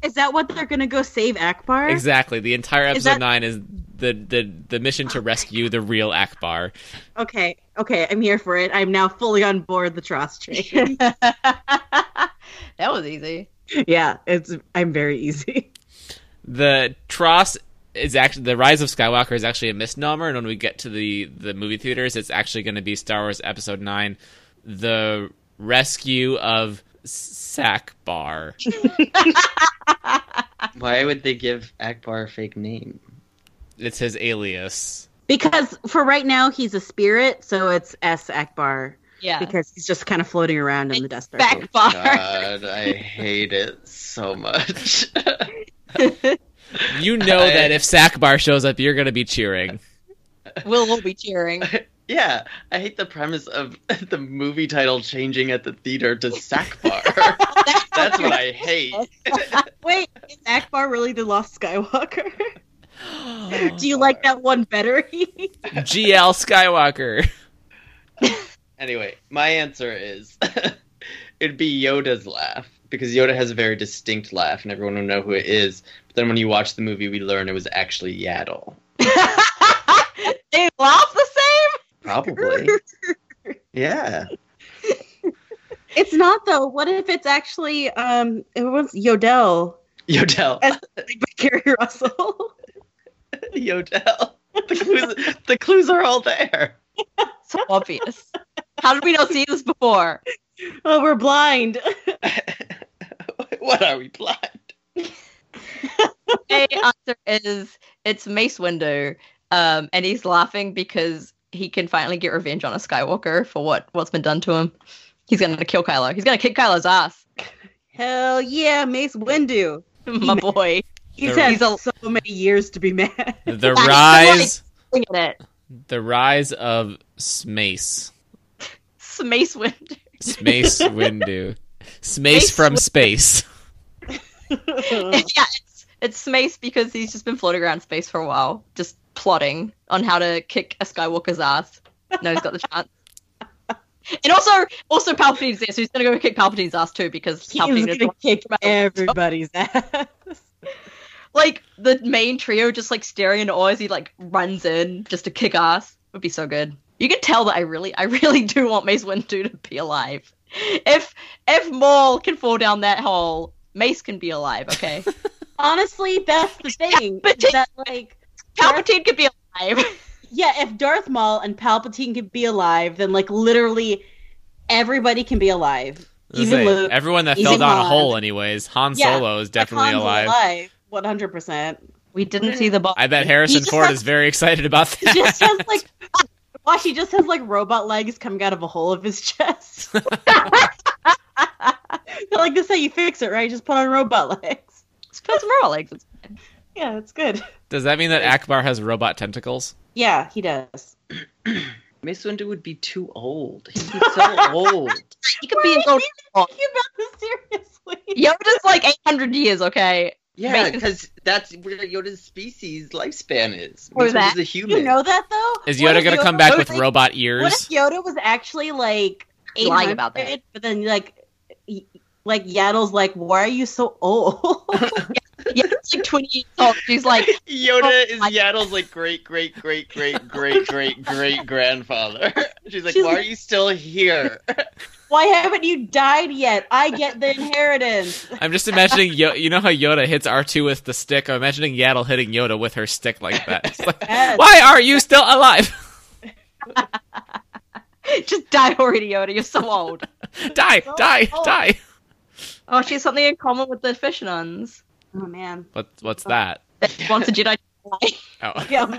Speaker 1: Is that what they're gonna go save Akbar?
Speaker 2: Exactly. The entire episode
Speaker 1: Is that-
Speaker 2: 9 is the, the, the mission to rescue the real Akbar.
Speaker 1: Okay, okay, I'm here for it. I'm now fully on board the Tross train.
Speaker 3: that was easy.
Speaker 1: yeah, it's I'm very easy.
Speaker 2: the Tross is actually the Rise of Skywalker is actually a misnomer, and when we get to the the movie theaters, it's actually going to be Star Wars Episode Nine: The Rescue of Sakbar.
Speaker 4: Why would they give Akbar a fake name?
Speaker 2: It's his alias.
Speaker 1: Because for right now he's a spirit, so it's S Akbar
Speaker 3: Yeah.
Speaker 1: because he's just kind of floating around in the Death Star.
Speaker 3: Back bar.
Speaker 4: God, I hate it so much.
Speaker 2: You know that if Sakbar shows up, you're going to be cheering.
Speaker 3: We'll all be cheering.
Speaker 4: yeah, I hate the premise of the movie title changing at the theater to Sackbar. That's what I hate.
Speaker 1: Wait, is Akbar really the lost Skywalker? Do you like that one better?
Speaker 2: GL Skywalker.
Speaker 4: Anyway, my answer is it'd be Yoda's laugh because Yoda has a very distinct laugh and everyone will know who it is. But then when you watch the movie, we learn it was actually Yaddle.
Speaker 3: they laugh the same.
Speaker 4: Probably. yeah.
Speaker 1: it's not though. What if it's actually um it was Yodel
Speaker 4: Yodel.
Speaker 1: played by Carrie Russell?
Speaker 4: Yodel. The clues, the clues are all there.
Speaker 3: So obvious. How did we not see this before?
Speaker 1: oh, we're blind.
Speaker 4: What are we blind?
Speaker 3: My answer is it's Mace Windu, um, and he's laughing because he can finally get revenge on a Skywalker for what what's been done to him. He's gonna kill Kylo. He's gonna kick Kylo's ass,
Speaker 1: Hell yeah, Mace Windu.
Speaker 3: my boy.
Speaker 1: He's
Speaker 2: The-
Speaker 1: had
Speaker 3: He's a-
Speaker 1: so many years to be mad.
Speaker 2: The
Speaker 3: That's
Speaker 2: rise.
Speaker 3: Swing at it.
Speaker 2: The rise of Smace.
Speaker 3: It's Mace Windu.
Speaker 2: Smace Windu. Smace from space.
Speaker 3: yeah, it's it's Mace because he's just been floating around space for a while, just plotting on how to kick a Skywalker's ass. No, he's got the chance. And also, also Palpatine's there, so he's gonna go kick Palpatine's ass too because
Speaker 1: He's
Speaker 3: Palpatine
Speaker 1: gonna
Speaker 3: is the one-
Speaker 1: kick everybody's ass.
Speaker 3: like the main trio just like staring in awe as he like runs in just to kick ass would be so good. You can tell that I really, I really do want Mace Windu to be alive. If if Maul can fall down that hole, Mace can be alive. Okay,
Speaker 1: Honestly, that's the thing.
Speaker 3: but
Speaker 1: is that like,
Speaker 3: Palpatine could be alive.
Speaker 1: yeah, if Darth Maul and Palpatine can be alive, then like literally everybody can be alive.
Speaker 2: Let's
Speaker 1: Even
Speaker 2: say,
Speaker 1: Luke.
Speaker 2: everyone that
Speaker 1: Even
Speaker 2: fell down a
Speaker 1: Han.
Speaker 2: hole, anyways. Han
Speaker 1: Yeah,
Speaker 2: Solo is definitely
Speaker 1: Hakan's
Speaker 2: alive.
Speaker 1: One hundred percent.
Speaker 3: We didn't see the ball.
Speaker 2: I bet
Speaker 1: He
Speaker 2: Harrison
Speaker 1: just
Speaker 2: Ford
Speaker 1: has-
Speaker 2: is very excited about
Speaker 1: He
Speaker 2: that.
Speaker 1: just has like, watch, he just has like robot legs coming out of a hole of his chest. They're like this is how you fix it, right? Just put on robot legs.
Speaker 3: Just put some raw legs. It's-
Speaker 1: Yeah, it's good.
Speaker 2: Does that mean that Akbar has robot tentacles?
Speaker 1: Yeah, he does.
Speaker 4: Mace Windu would be too old. He'd be so old.
Speaker 3: You could be a little.
Speaker 1: Think about this seriously.
Speaker 3: Yoda's like 800 years, okay?
Speaker 4: Yeah,
Speaker 3: Mace-
Speaker 4: because that's where Yoda's species lifespan is.
Speaker 3: Or
Speaker 4: Mace
Speaker 3: that.
Speaker 4: Windu's a human.
Speaker 1: You know that though.
Speaker 2: Is
Speaker 1: What
Speaker 2: Yoda
Speaker 1: if
Speaker 2: going to come back
Speaker 1: what
Speaker 2: with
Speaker 1: if-
Speaker 2: robot
Speaker 1: What if
Speaker 2: ears?
Speaker 1: Yoda was actually like
Speaker 3: Lying about
Speaker 1: 800,
Speaker 3: that.
Speaker 1: But then like, y- like Yaddle's like, why are you so old?
Speaker 3: Yoda's like 20 years old. She's like,
Speaker 4: Yoda
Speaker 3: Oh
Speaker 4: is
Speaker 3: my-
Speaker 4: Yaddle's like great great great great great great great grandfather. She's like,
Speaker 1: She's
Speaker 4: why
Speaker 1: like-
Speaker 4: are you still here?
Speaker 1: why haven't you died yet? I get the inheritance.
Speaker 2: I'm just imagining, Yo- you know how Yoda hits R2 with the stick? I'm imagining Yaddle hitting Yoda with her stick like that. It's like,
Speaker 1: Yes.
Speaker 2: Why are you still alive?
Speaker 3: just die already, Yoda. You're so old.
Speaker 2: die,
Speaker 1: So
Speaker 2: die,
Speaker 1: old.
Speaker 2: die.
Speaker 3: Oh, she has something in common with the fish nuns.
Speaker 1: Oh man.
Speaker 2: What, what's that?
Speaker 3: That wants a Jedi. to die.
Speaker 2: Oh,
Speaker 1: Yeah, I'm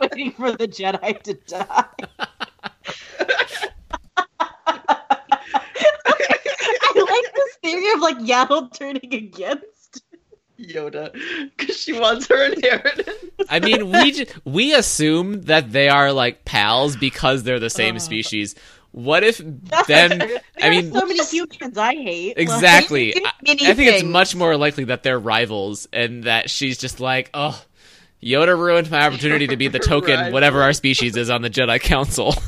Speaker 1: waiting for the Jedi to die. I like this theory of like Yaddle turning against.
Speaker 4: Yoda, because she wants her inheritance.
Speaker 2: I mean, we j- we assume that they are like pals because they're the same
Speaker 1: Oh.
Speaker 2: species. What if then? I mean,
Speaker 1: so many humans I hate.
Speaker 2: exactly.
Speaker 3: You
Speaker 2: I,
Speaker 3: didn't do
Speaker 2: I think it's
Speaker 3: anything.
Speaker 2: much more likely that they're rivals and that she's just like, oh, Yoda ruined my opportunity to be the token,
Speaker 4: Rival.
Speaker 2: whatever our species is on the Jedi Council.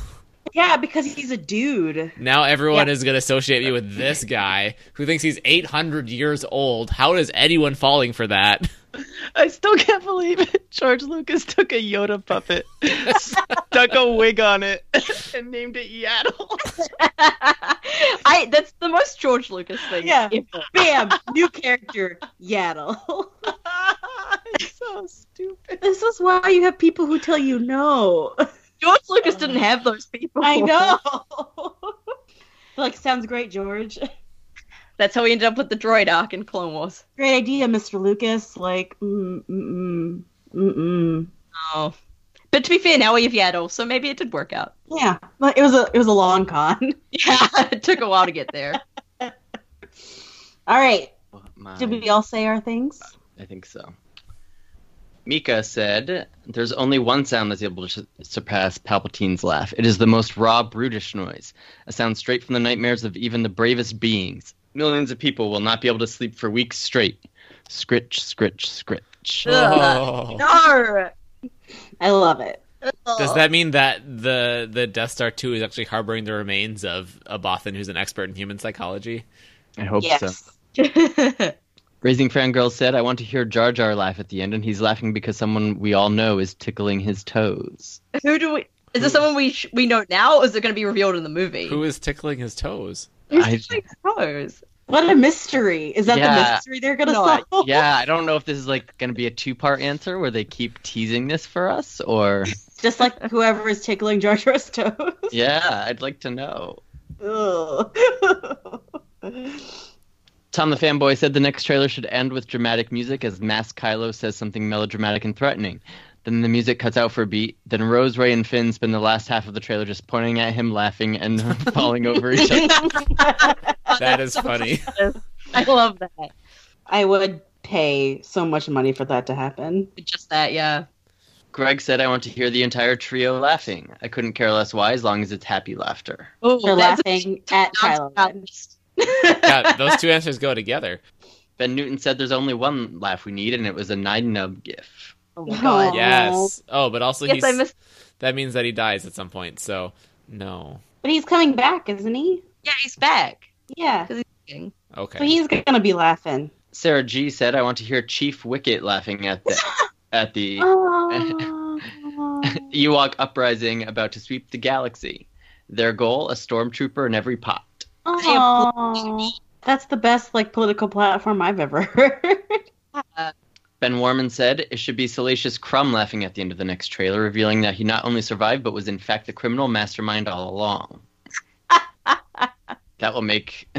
Speaker 1: Yeah, because he's a dude.
Speaker 2: Now everyone is going to associate me with this guy who thinks he's 800 years old. How is anyone falling for that?
Speaker 8: I still can't believe it. George Lucas took a Yoda puppet, stuck a wig on it, and named it Yaddle.
Speaker 3: I that's the most George Lucas thing.
Speaker 1: Yeah.
Speaker 3: ever.
Speaker 1: Bam, new character, Yaddle.
Speaker 8: it's so stupid.
Speaker 1: this is why you have people who tell you no.
Speaker 3: George Lucas didn't have those people.
Speaker 1: I know. like, sounds great, George.
Speaker 3: That's how we ended up with the droid arc in Clone Wars.
Speaker 1: Great idea, Mr. Lucas. Like, mm, mm, mm, mm.
Speaker 3: Oh. But to be fair, now we have Yaddle, so maybe it did work out.
Speaker 1: Yeah, but it was a it was a long con.
Speaker 3: Yeah, it took a while to get there.
Speaker 1: All right,
Speaker 4: My-
Speaker 1: did we all say our things?
Speaker 4: I think so. Mika said, There's only one sound that's able to su- surpass Palpatine's laugh. It is the most raw, brutish noise, a sound straight from the nightmares of even the bravest beings. Millions of people will not be able to sleep for weeks straight. Scritch, scritch, scritch.
Speaker 3: Ugh. No.
Speaker 1: I love it.
Speaker 2: Does that mean that the the Death Star 2 is actually harboring the remains of a Bothan who's an expert in human psychology?
Speaker 4: I hope so.
Speaker 1: yes.
Speaker 4: Raising Fangirl said, I want to hear Jar Jar laugh at the end, and he's laughing because someone we all know is tickling his toes.
Speaker 3: Who do we? Is it someone we sh- we know now, or is it going to be revealed in the movie?
Speaker 2: Who is tickling his toes?
Speaker 4: I-
Speaker 3: Who's doing those?
Speaker 1: What a mystery! Is that the
Speaker 4: Yeah.
Speaker 1: mystery they're gonna
Speaker 3: No, I-
Speaker 1: solve?
Speaker 4: yeah, I don't know if this is like going to be a two-part answer where they keep teasing this for us, or
Speaker 1: Just like whoever is tickling Jar Jar's toes.
Speaker 4: yeah, I'd like to know.
Speaker 1: Ugh.
Speaker 4: Tom the fanboy said the next trailer should end with dramatic music as Mask Kylo says something melodramatic and threatening. Then the music cuts out for a beat. Then Rose, Ray, and Finn spend the last half of the trailer just pointing at him, laughing, and falling over each other.
Speaker 3: Oh,
Speaker 2: That is funny.
Speaker 3: I love that.
Speaker 1: I would pay so much money for that to happen.
Speaker 3: Just that, yeah.
Speaker 4: Greg said, I want to hear the entire trio laughing. I couldn't care less why, as long as it's happy laughter.
Speaker 3: Oh,
Speaker 1: They're
Speaker 3: that's a-
Speaker 1: laughing at Kylo. Ren.
Speaker 2: yeah, those two answers go together.
Speaker 4: Ben Newton said, There's only one laugh we need, and it was a nine nub gif.
Speaker 3: Oh my god.
Speaker 1: Aw.
Speaker 2: Yes. Oh, but also
Speaker 3: Yes,
Speaker 2: he's
Speaker 3: I missed.
Speaker 2: that means that he dies at some point. So no.
Speaker 1: But he's coming back, isn't he?
Speaker 3: Yeah, he's back.
Speaker 1: Yeah.
Speaker 2: Okay.
Speaker 1: So he's gonna be laughing.
Speaker 4: Sarah G said, I want to hear Chief Wicket laughing at the, at the
Speaker 1: Oh.
Speaker 4: Ewok uprising about to sweep the galaxy. Their goal, a stormtrooper in every pot.
Speaker 1: Aw. That's the best like political platform I've ever heard.
Speaker 4: Ben Warman said, It should be Salacious Crumb laughing at the end of the next trailer, revealing that he not only survived, but was in fact the criminal mastermind all along. that will make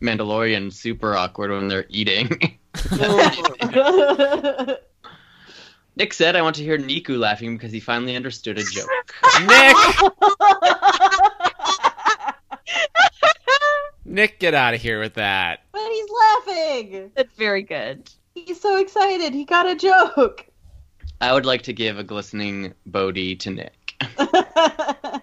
Speaker 4: Mandalorian super awkward when they're eating. Nick said, I want to hear Niku laughing because he finally understood a joke.
Speaker 2: Nick. Nick, get out of here with that.
Speaker 1: but he's laughing.
Speaker 3: That's very good.
Speaker 1: He's so excited. He got a joke.
Speaker 4: I would like to give a glistening Bodhi to Nick.
Speaker 1: I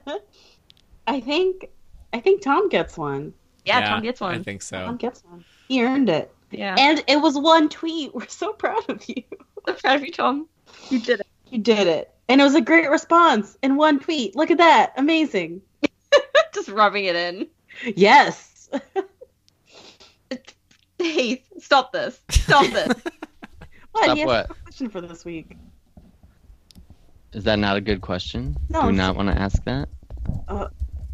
Speaker 1: think I think Tom gets one.
Speaker 3: Yeah, Tom gets
Speaker 2: I
Speaker 3: one.
Speaker 2: think
Speaker 1: Tom
Speaker 2: so.
Speaker 1: gets one. He earned it.
Speaker 3: Yeah.
Speaker 1: And it was one tweet. We're so proud of you.
Speaker 3: I'm proud of you, Tom. You did it.
Speaker 1: You did it. And it was a great response in one tweet. Look at that. Amazing.
Speaker 3: Just rubbing it in.
Speaker 1: Yes.
Speaker 3: Heath, stop this. Stop this.
Speaker 1: What?
Speaker 4: Stop
Speaker 1: he has
Speaker 4: what?
Speaker 1: a question for this week.
Speaker 4: Is that not a good question?
Speaker 1: No,
Speaker 4: Do you
Speaker 1: it's-
Speaker 4: not want to ask that?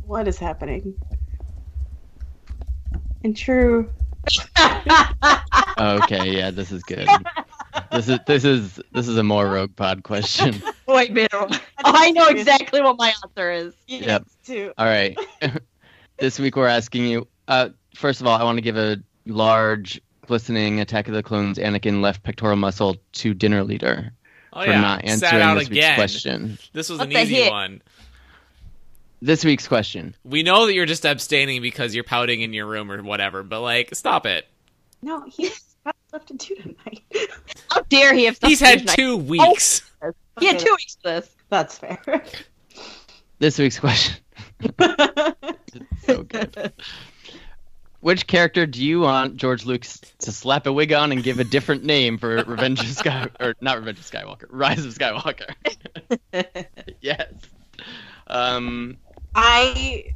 Speaker 1: What is happening? And true.
Speaker 4: okay, yeah, this is good. This is this is this is a more rogue pod question.
Speaker 3: Wait, better. I know exactly what my answer is.
Speaker 1: Yes,
Speaker 4: Yep.
Speaker 1: Too.
Speaker 4: All right. this week we're asking you. Uh, first of all, I want to give a large, glistening Attack of the Clones Anakin left pectoral muscle to dinner leader
Speaker 2: Oh
Speaker 4: for
Speaker 2: yeah.
Speaker 4: not
Speaker 2: Sat
Speaker 4: answering
Speaker 2: out
Speaker 4: this
Speaker 2: again.
Speaker 4: week's question.
Speaker 2: This was
Speaker 3: What
Speaker 2: an
Speaker 3: the
Speaker 2: easy
Speaker 3: heck?
Speaker 2: one.
Speaker 4: This week's question.
Speaker 2: We know that you're just abstaining because you're pouting in your room or whatever, but like, stop it.
Speaker 1: No, he's got stuff to do tonight.
Speaker 3: How dare he have stuff
Speaker 2: He's
Speaker 3: to do
Speaker 2: had
Speaker 3: tonight?
Speaker 2: two weeks.
Speaker 3: He had two weeks for this.
Speaker 1: That's fair.
Speaker 4: This week's question. So good. Which character do you want George Lucas to slap a wig on and give a different name for Revenge of Sky or not Revenge of Skywalker, Rise of Skywalker? yes. Um,
Speaker 1: I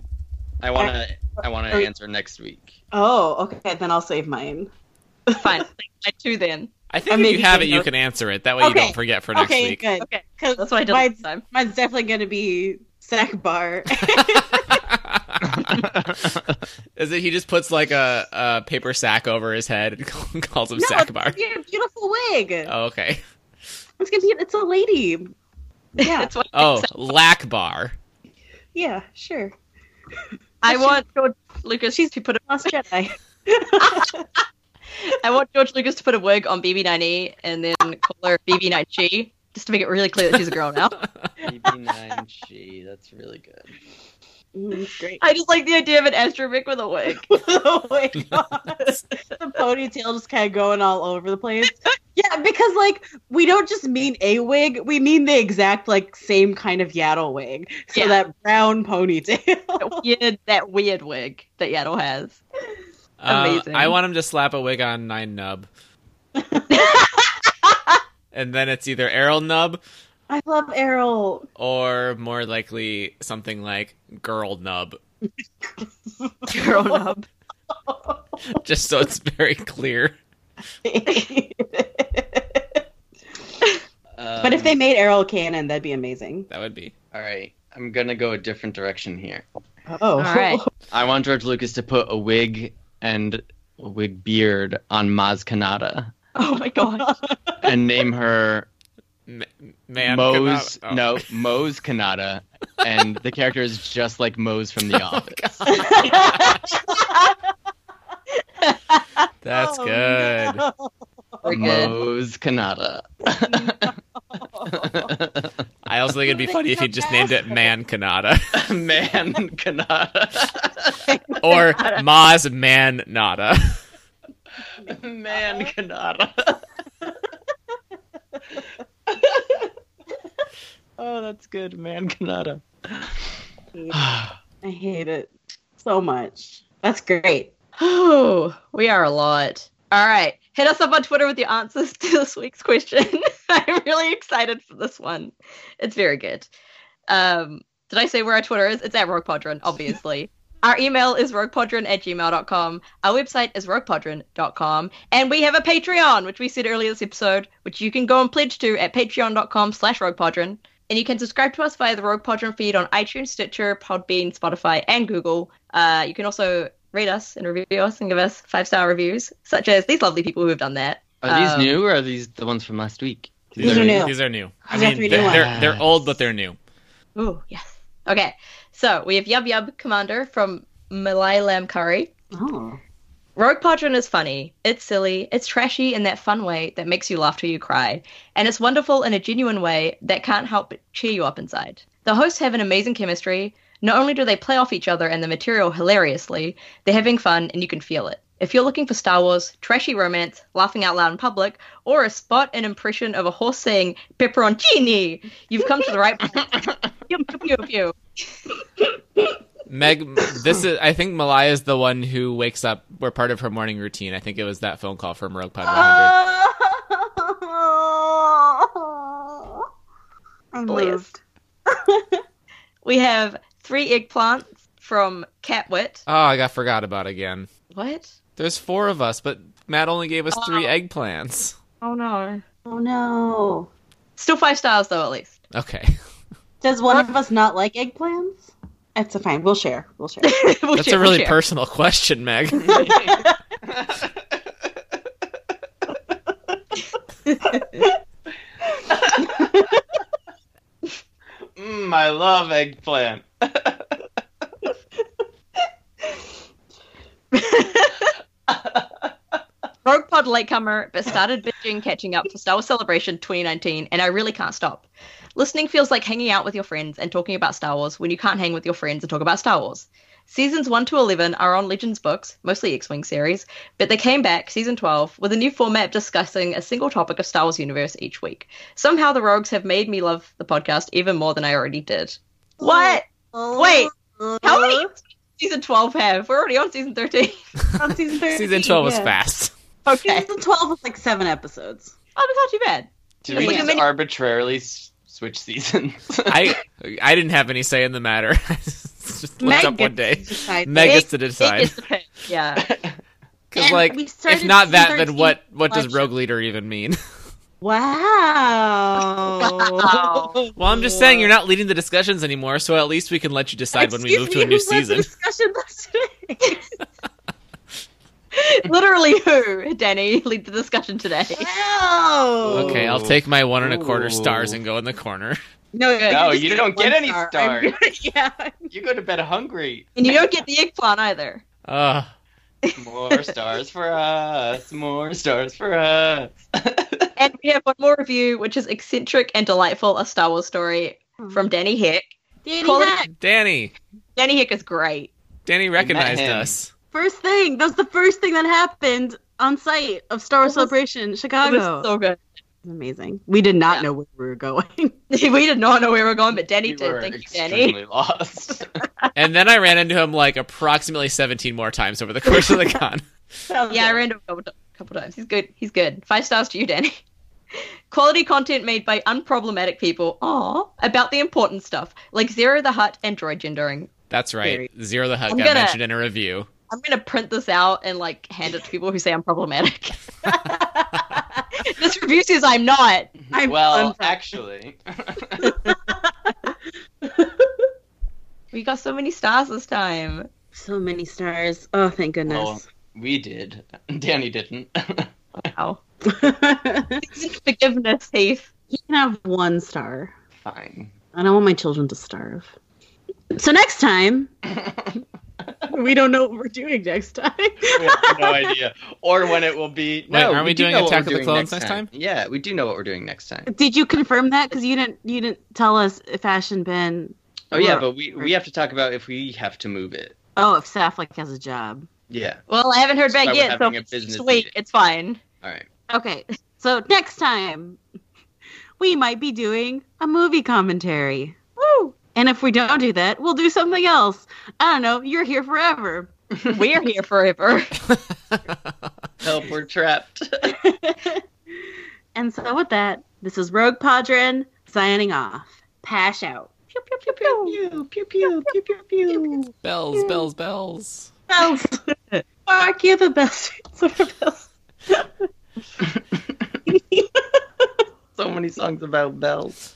Speaker 4: I want to I want to
Speaker 1: Are-
Speaker 4: answer next week.
Speaker 1: oh okay then I'll save mine.
Speaker 3: Fine. Like, I two then.
Speaker 2: I think
Speaker 1: I
Speaker 2: if
Speaker 1: maybe
Speaker 2: you have it,
Speaker 1: can
Speaker 2: you
Speaker 1: go-
Speaker 2: can answer it. That way you
Speaker 1: Okay.
Speaker 2: don't forget for next
Speaker 1: Okay,
Speaker 2: week.
Speaker 1: good.
Speaker 3: Okay.
Speaker 1: 'Cause
Speaker 3: That's what I did
Speaker 1: mine's,
Speaker 3: last time.
Speaker 1: mine's definitely gonna be Sack Bar.
Speaker 2: Is it he just puts like a, a paper sack over his head and calls him
Speaker 1: no, it's
Speaker 2: sack
Speaker 1: gonna
Speaker 2: bar?
Speaker 1: be a beautiful wig.
Speaker 2: Oh, okay.
Speaker 1: It's gonna be it's a lady. Yeah,
Speaker 3: That's what
Speaker 2: Oh, lack bar.
Speaker 1: yeah, sure.
Speaker 3: I want George Lucas to put a,
Speaker 1: Last Jedi.
Speaker 3: I want George Lucas to put a wig on BB9E E and then call her BB9G just to make it really clear that she's a girl now.
Speaker 4: BB9G, that's really good.
Speaker 1: Mm, it's great.
Speaker 3: I just like the idea of an astromech with a wig.
Speaker 1: oh my god. the ponytail just kind of going all over the place. Yeah, because like we don't just mean a wig, we mean the exact like same kind of yaddle wig. So
Speaker 3: Yeah.
Speaker 1: that brown ponytail.
Speaker 3: yeah, that weird wig that Yaddle has.
Speaker 2: Uh,
Speaker 3: Amazing.
Speaker 2: I want him to slap a wig on Nine Nub. and then it's either Errol Nub
Speaker 1: I love Errol.
Speaker 2: or more likely something like Girl Nub.
Speaker 3: Grown up.
Speaker 2: Just so it's very clear.
Speaker 1: but
Speaker 4: Um,
Speaker 1: if they made Errol canon, that'd be amazing.
Speaker 2: That would be.
Speaker 4: all right, I'm gonna go a different direction here.
Speaker 1: Oh,
Speaker 3: All right.
Speaker 4: I want George Lucas to put a wig and a wig beard on Maz Kanata
Speaker 3: Oh my god.
Speaker 4: and name her
Speaker 2: M- man. cannot-
Speaker 4: Mose.
Speaker 2: oh.
Speaker 4: No, Mose Kanata, and the character is just like Mose from The
Speaker 2: Oh,
Speaker 4: Office.
Speaker 2: God. That's
Speaker 1: Oh,
Speaker 2: good.
Speaker 1: no.
Speaker 4: Oh
Speaker 3: Very good.
Speaker 4: Mose Kanata.
Speaker 2: I also think it'd be
Speaker 1: Like
Speaker 2: funny if
Speaker 1: the
Speaker 2: he just named it
Speaker 1: best.
Speaker 2: Man Kanata
Speaker 4: Man Kanata.
Speaker 2: or Maz Man Nada.
Speaker 4: Man Kanata.
Speaker 8: Oh, that's good, man.
Speaker 4: Kanata.
Speaker 1: I hate it so much. That's great.
Speaker 3: Oh, we are a lot. All right. Hit us up on Twitter with the answers to this week's question. I'm really excited for this one. It's very good. Um, did I say where our Twitter is? It's at RoguePodron, obviously. our email is roguepodron at gmail.com. Our website is roguepodron.com. And we have a Patreon, which we said earlier this episode, which you can go and pledge to at patreon.com slash roguepodron. And you can subscribe to us via the Rogue Podron feed on iTunes, Stitcher, Podbean, Spotify, and Google. Uh, you can also rate us and review us and give us five star reviews, such as these lovely people who have done that.
Speaker 4: Are these
Speaker 3: Um,
Speaker 4: new or are these the ones from last week?
Speaker 1: These are new.
Speaker 2: These are new. I
Speaker 1: These are
Speaker 2: mean,
Speaker 1: three new
Speaker 2: they're, they're,
Speaker 4: ones.
Speaker 2: they're old, but they're new.
Speaker 3: Ooh, yes. Okay, so we have Yub Yub Commander from Malay Lamb Curry.
Speaker 1: Oh.
Speaker 3: Rogue Podron is funny. It's silly. It's trashy in that fun way that makes you laugh till you cry. And it's wonderful in a genuine way that can't help but cheer you up inside. The hosts have an amazing chemistry. Not only do they play off each other and the material hilariously, they're having fun and you can feel it. If you're looking for Star Wars, trashy romance, laughing out loud in public, or a spot and impression of a horse saying pepperoncini, you've come to the right place. Pew, pew, pew, pew.
Speaker 2: Meg, this is. I think Malaya is the one who wakes up. We're part of her morning routine. I think it was that phone call from Rogue Pod
Speaker 1: Ah!
Speaker 2: 100.
Speaker 1: Oh. I
Speaker 3: Blessed. We have three eggplants from Catwit.
Speaker 2: oh, I got forgot about again.
Speaker 3: What?
Speaker 2: There's four of us, but Matt only gave us three eggplants.
Speaker 3: Oh no.
Speaker 1: Oh no.
Speaker 3: Still five stars though, at least.
Speaker 2: Okay,
Speaker 1: Does one of us not like eggplants? It's a fine. We'll share. We'll share.
Speaker 3: We'll
Speaker 2: that's
Speaker 3: share,
Speaker 2: a
Speaker 3: we'll
Speaker 2: really
Speaker 3: share.
Speaker 2: personal question, Meg.
Speaker 4: Mm, I love eggplant.
Speaker 3: Rogue Pod latecomer, but started binging catching up for Star Wars Celebration 2019, and I really can't stop. Listening feels like hanging out with your friends and talking about Star Wars when you can't hang with your friends and talk about Star Wars. Seasons 1 to 11 are on Legends books, mostly X Wing series, but they came back, season 12, with a new format discussing a single topic of Star Wars universe each week. Somehow the Rogues have made me love the podcast even more than I already did. What? Wait, How many season 12 have? We're already on season 13.
Speaker 1: On season 13,
Speaker 2: Season 12 was
Speaker 1: yeah.
Speaker 2: fast.
Speaker 3: Okay.
Speaker 1: Season 12 was like seven episodes.
Speaker 3: Oh, that's not too bad.
Speaker 4: Did we
Speaker 3: Like a
Speaker 4: just
Speaker 3: mini-
Speaker 4: arbitrarily s- switch seasons?
Speaker 2: I I didn't have any say in the matter. I just looked up one day.
Speaker 1: Decide.
Speaker 2: Meg
Speaker 3: Big-
Speaker 2: gets to
Speaker 3: It
Speaker 2: decide.
Speaker 3: is the pick. Yeah.
Speaker 2: Because
Speaker 1: And
Speaker 2: like,
Speaker 1: we
Speaker 2: if
Speaker 1: started
Speaker 2: not
Speaker 1: season
Speaker 2: that, then
Speaker 1: 13
Speaker 2: what? What does
Speaker 1: much.
Speaker 2: Rogue Leader even mean?
Speaker 1: Wow.
Speaker 2: well, I'm just saying you're not leading the discussions anymore. So at least we can let you decide when we
Speaker 1: Excuse me,
Speaker 2: move to a new
Speaker 1: who led the
Speaker 2: season.
Speaker 1: discussion last week?
Speaker 3: Literally who, Danny, lead the discussion today?
Speaker 1: wow.
Speaker 2: Okay, I'll take my one and a quarter
Speaker 4: Ooh.
Speaker 2: stars and go in the corner.
Speaker 1: No,
Speaker 3: No,
Speaker 1: you're just
Speaker 4: you don't
Speaker 1: one
Speaker 4: get any
Speaker 1: star.
Speaker 4: stars.
Speaker 1: I'm good- yeah.
Speaker 4: you go to bed hungry.
Speaker 3: And you don't get the eggplant either.
Speaker 2: Uh,
Speaker 4: More stars for us. More stars for us.
Speaker 3: And we have one more review, which is Eccentric and Delightful, a Star Wars story from Danny Hick.
Speaker 1: Danny
Speaker 3: Call it-
Speaker 1: Hack,
Speaker 2: Danny,
Speaker 3: Danny Hick is great.
Speaker 2: Danny recognized
Speaker 4: him.
Speaker 2: us.
Speaker 1: First thing. That was the first thing that happened on site of Star Wars
Speaker 3: It was-
Speaker 1: Celebration,
Speaker 3: It was
Speaker 1: Chicago.
Speaker 3: so good.
Speaker 1: Amazing. We did not
Speaker 3: Yeah.
Speaker 1: know where we were going.
Speaker 3: we did not know where we were going, but Danny
Speaker 4: we
Speaker 3: did.
Speaker 4: were
Speaker 3: Thank you,
Speaker 4: extremely
Speaker 3: Danny.
Speaker 4: lost.
Speaker 2: And then I ran into him like approximately 17 more times over the course of the con.
Speaker 3: Yeah, I ran to him a couple, couple times. He's good. He's good. Five stars to you, Danny. Quality content made by unproblematic people. Aw, about the important stuff, like Zero the Hut and droid gendering.
Speaker 2: That's right. Zero the Hut
Speaker 3: I'm
Speaker 2: got
Speaker 3: gonna-
Speaker 2: mentioned in a review.
Speaker 3: I'm gonna print this out and like hand it to people who say I'm problematic. this review says I'm not.
Speaker 1: I'm
Speaker 4: well,
Speaker 1: unproud.
Speaker 4: actually,
Speaker 3: We got so many stars this time.
Speaker 1: So many stars. Oh, thank goodness.
Speaker 4: we did. Danny didn't.
Speaker 3: Wow.
Speaker 1: you
Speaker 3: Forgiveness, Heath.
Speaker 1: can have one star.
Speaker 4: Fine.
Speaker 1: I don't want my children to starve. So next time, we don't know what we're doing next time.
Speaker 4: We have no idea. Or when it will be. No,
Speaker 2: aren't we
Speaker 4: do
Speaker 2: doing
Speaker 4: know what
Speaker 2: Attack
Speaker 4: we're
Speaker 2: of the
Speaker 4: doing
Speaker 2: Clones next
Speaker 4: Yeah, we do know what we're doing next time.
Speaker 1: Did you confirm that? Because you didn't. You didn't tell us if Ash and Ben.
Speaker 4: Oh yeah,
Speaker 1: Or-
Speaker 4: but we we have to talk about if we have to move it.
Speaker 1: Oh, if Saflik has a job.
Speaker 4: Yeah.
Speaker 3: Well, I haven't heard
Speaker 4: That's
Speaker 3: back
Speaker 4: why we're
Speaker 3: yet, so
Speaker 4: having a business
Speaker 3: next week
Speaker 4: meeting.
Speaker 3: it's fine.
Speaker 4: All right.
Speaker 1: Okay. So next time, we might be doing a movie commentary. Woo! And if we don't do that, we'll do something else. I don't know. You're here forever.
Speaker 3: We're here forever.
Speaker 4: Help, we're trapped.
Speaker 1: And so with that, this is Rogue Padron signing off. Pash out. Pew pew pew pew pew pew pew pew pew.
Speaker 2: Bells, bells, bells.
Speaker 1: Bells. Mark, you the best for bells.
Speaker 4: so many songs about bells.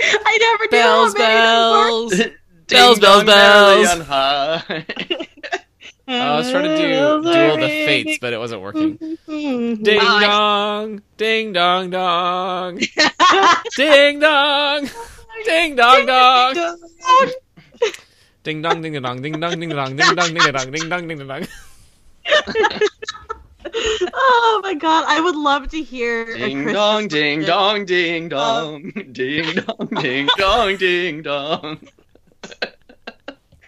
Speaker 1: I never knew how
Speaker 2: Bells,
Speaker 1: many there were.
Speaker 2: bells.
Speaker 4: Ding
Speaker 2: Bells, bells,
Speaker 4: dong, merrily
Speaker 2: bells.
Speaker 4: on high.
Speaker 2: I was trying to do Duel of the Fates, but it wasn't working.
Speaker 1: Mm-hmm.
Speaker 2: Ding
Speaker 3: Wow, I-
Speaker 2: dong, ding dong dong, ding dong, ding dong dong, ding dong ding dong ding dong ding dong ding dong ding dong ding dong ding dong.
Speaker 1: oh my god, I would love to hear a
Speaker 4: ding
Speaker 1: Christmas
Speaker 4: dong, ding
Speaker 1: version.
Speaker 4: dong, ding dong, ding dong, ding dong, ding dong.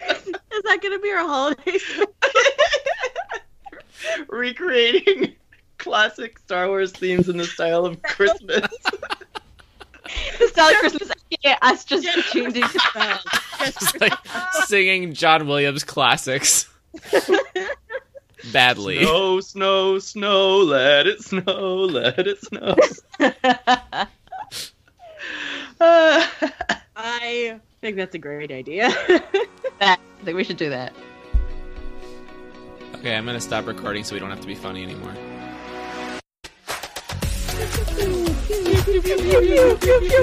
Speaker 1: Is that going to be our holiday? special?
Speaker 4: Recreating classic Star Wars themes in the style of Christmas.
Speaker 3: the style of Christmas. Yeah, us just tuned into that.
Speaker 2: Just like singing John Williams classics badly.
Speaker 4: Snow, snow, snow, let it snow, let it snow. Uh,
Speaker 1: I think that's a great idea.
Speaker 3: That- I think we should do that.
Speaker 2: Okay, I'm gonna stop recording so we don't have to be funny anymore.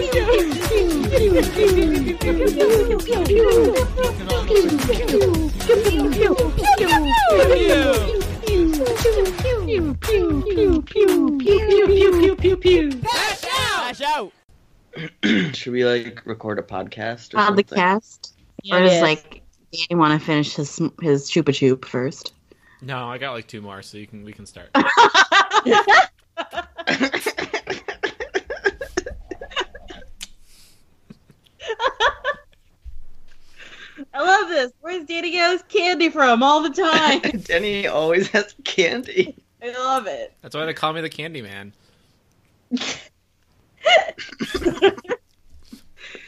Speaker 4: Should we like record a podcast or
Speaker 1: On the
Speaker 4: something?
Speaker 1: cast. or just like, you want to finish his his Chupa Chup first.
Speaker 2: No, I got like two more, so you can we can start.
Speaker 1: I love this. Where's Danny goes candy from all the time?
Speaker 4: Denny always has candy.
Speaker 1: I love it.
Speaker 2: That's why they call me the Candy Man.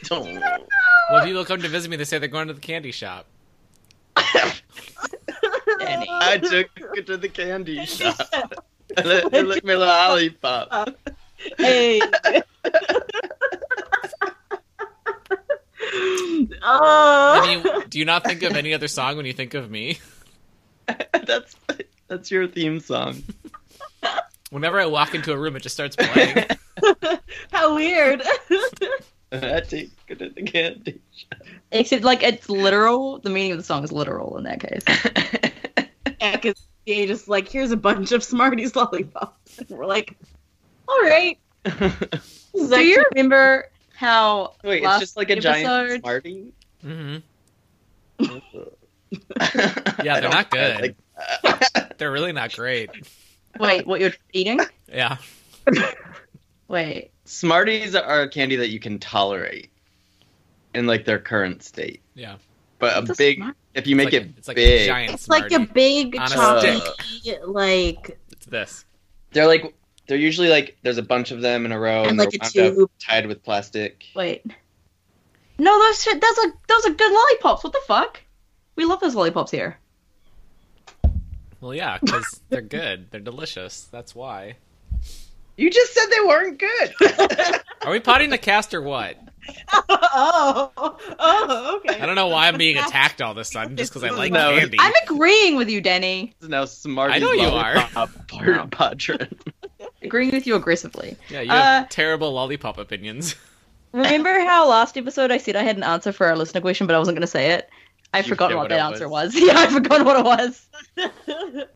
Speaker 4: Don't.
Speaker 1: Oh,
Speaker 2: When people come to visit me, they say they're going to the candy shop.
Speaker 3: Danny.
Speaker 4: I took it to the candy shop. And I they licked my lollipop.
Speaker 1: hey. oh.
Speaker 2: And you, do you not think of any other song when you think of me?
Speaker 4: that's that's your theme song.
Speaker 2: Whenever I walk into a room, it just starts playing.
Speaker 1: How weird.
Speaker 4: I took it to the candy
Speaker 3: Except like it's literal. The meaning of the song is literal in that case.
Speaker 4: shop.
Speaker 1: Yeah, 'cause they just like, here's a bunch of Smarties lollipops. And we're like, all right. This is
Speaker 3: Do
Speaker 1: actually-
Speaker 3: you remember how
Speaker 4: Wait,
Speaker 3: last
Speaker 4: it's just like a
Speaker 3: episode-
Speaker 4: giant Smartie?
Speaker 2: hmm
Speaker 4: yeah,
Speaker 2: Yeah, they're not good. They're really not great.
Speaker 3: Wait, what you're eating?
Speaker 2: Yeah.
Speaker 3: Wait.
Speaker 4: Smarties are candy that you can tolerate in like their current state.
Speaker 2: Yeah.
Speaker 4: But
Speaker 3: What's
Speaker 4: a
Speaker 3: a
Speaker 4: big
Speaker 3: Smart-
Speaker 4: if you make
Speaker 2: it's like,
Speaker 4: it
Speaker 2: a- it's like
Speaker 4: big,
Speaker 2: a giant
Speaker 1: It's
Speaker 2: Smartie.
Speaker 1: like a big,
Speaker 2: On a
Speaker 1: chunky, like,
Speaker 2: It's this.
Speaker 4: they're like they're usually like there's a bunch of them in a row
Speaker 1: And
Speaker 4: and,
Speaker 1: like a
Speaker 4: they're wound
Speaker 1: tube.
Speaker 4: up tied with plastic.
Speaker 3: Wait. No, those shit. Those are those are good lollipops. What the fuck? We love those lollipops here.
Speaker 2: Well, yeah, because they're good. They're delicious. That's why.
Speaker 4: You just said they weren't good.
Speaker 2: Are we potting the cast or what?
Speaker 1: oh, oh, okay.
Speaker 2: I don't know why I'm being attacked all of a sudden just because I like
Speaker 4: No.
Speaker 2: candy.
Speaker 3: I'm agreeing with you, Denny.
Speaker 4: It's now Smarties
Speaker 2: I know you are.
Speaker 4: lollipop part- quadrant.
Speaker 3: Agreeing with you aggressively.
Speaker 2: Yeah, you have
Speaker 3: Uh,
Speaker 2: terrible lollipop opinions.
Speaker 3: Remember how last episode I said I had an answer for our listener question, but I wasn't going to say it. I
Speaker 4: You
Speaker 3: forgot
Speaker 4: forget
Speaker 3: what
Speaker 4: what
Speaker 3: that
Speaker 4: it
Speaker 3: answer was. Yeah, I forgot what it was.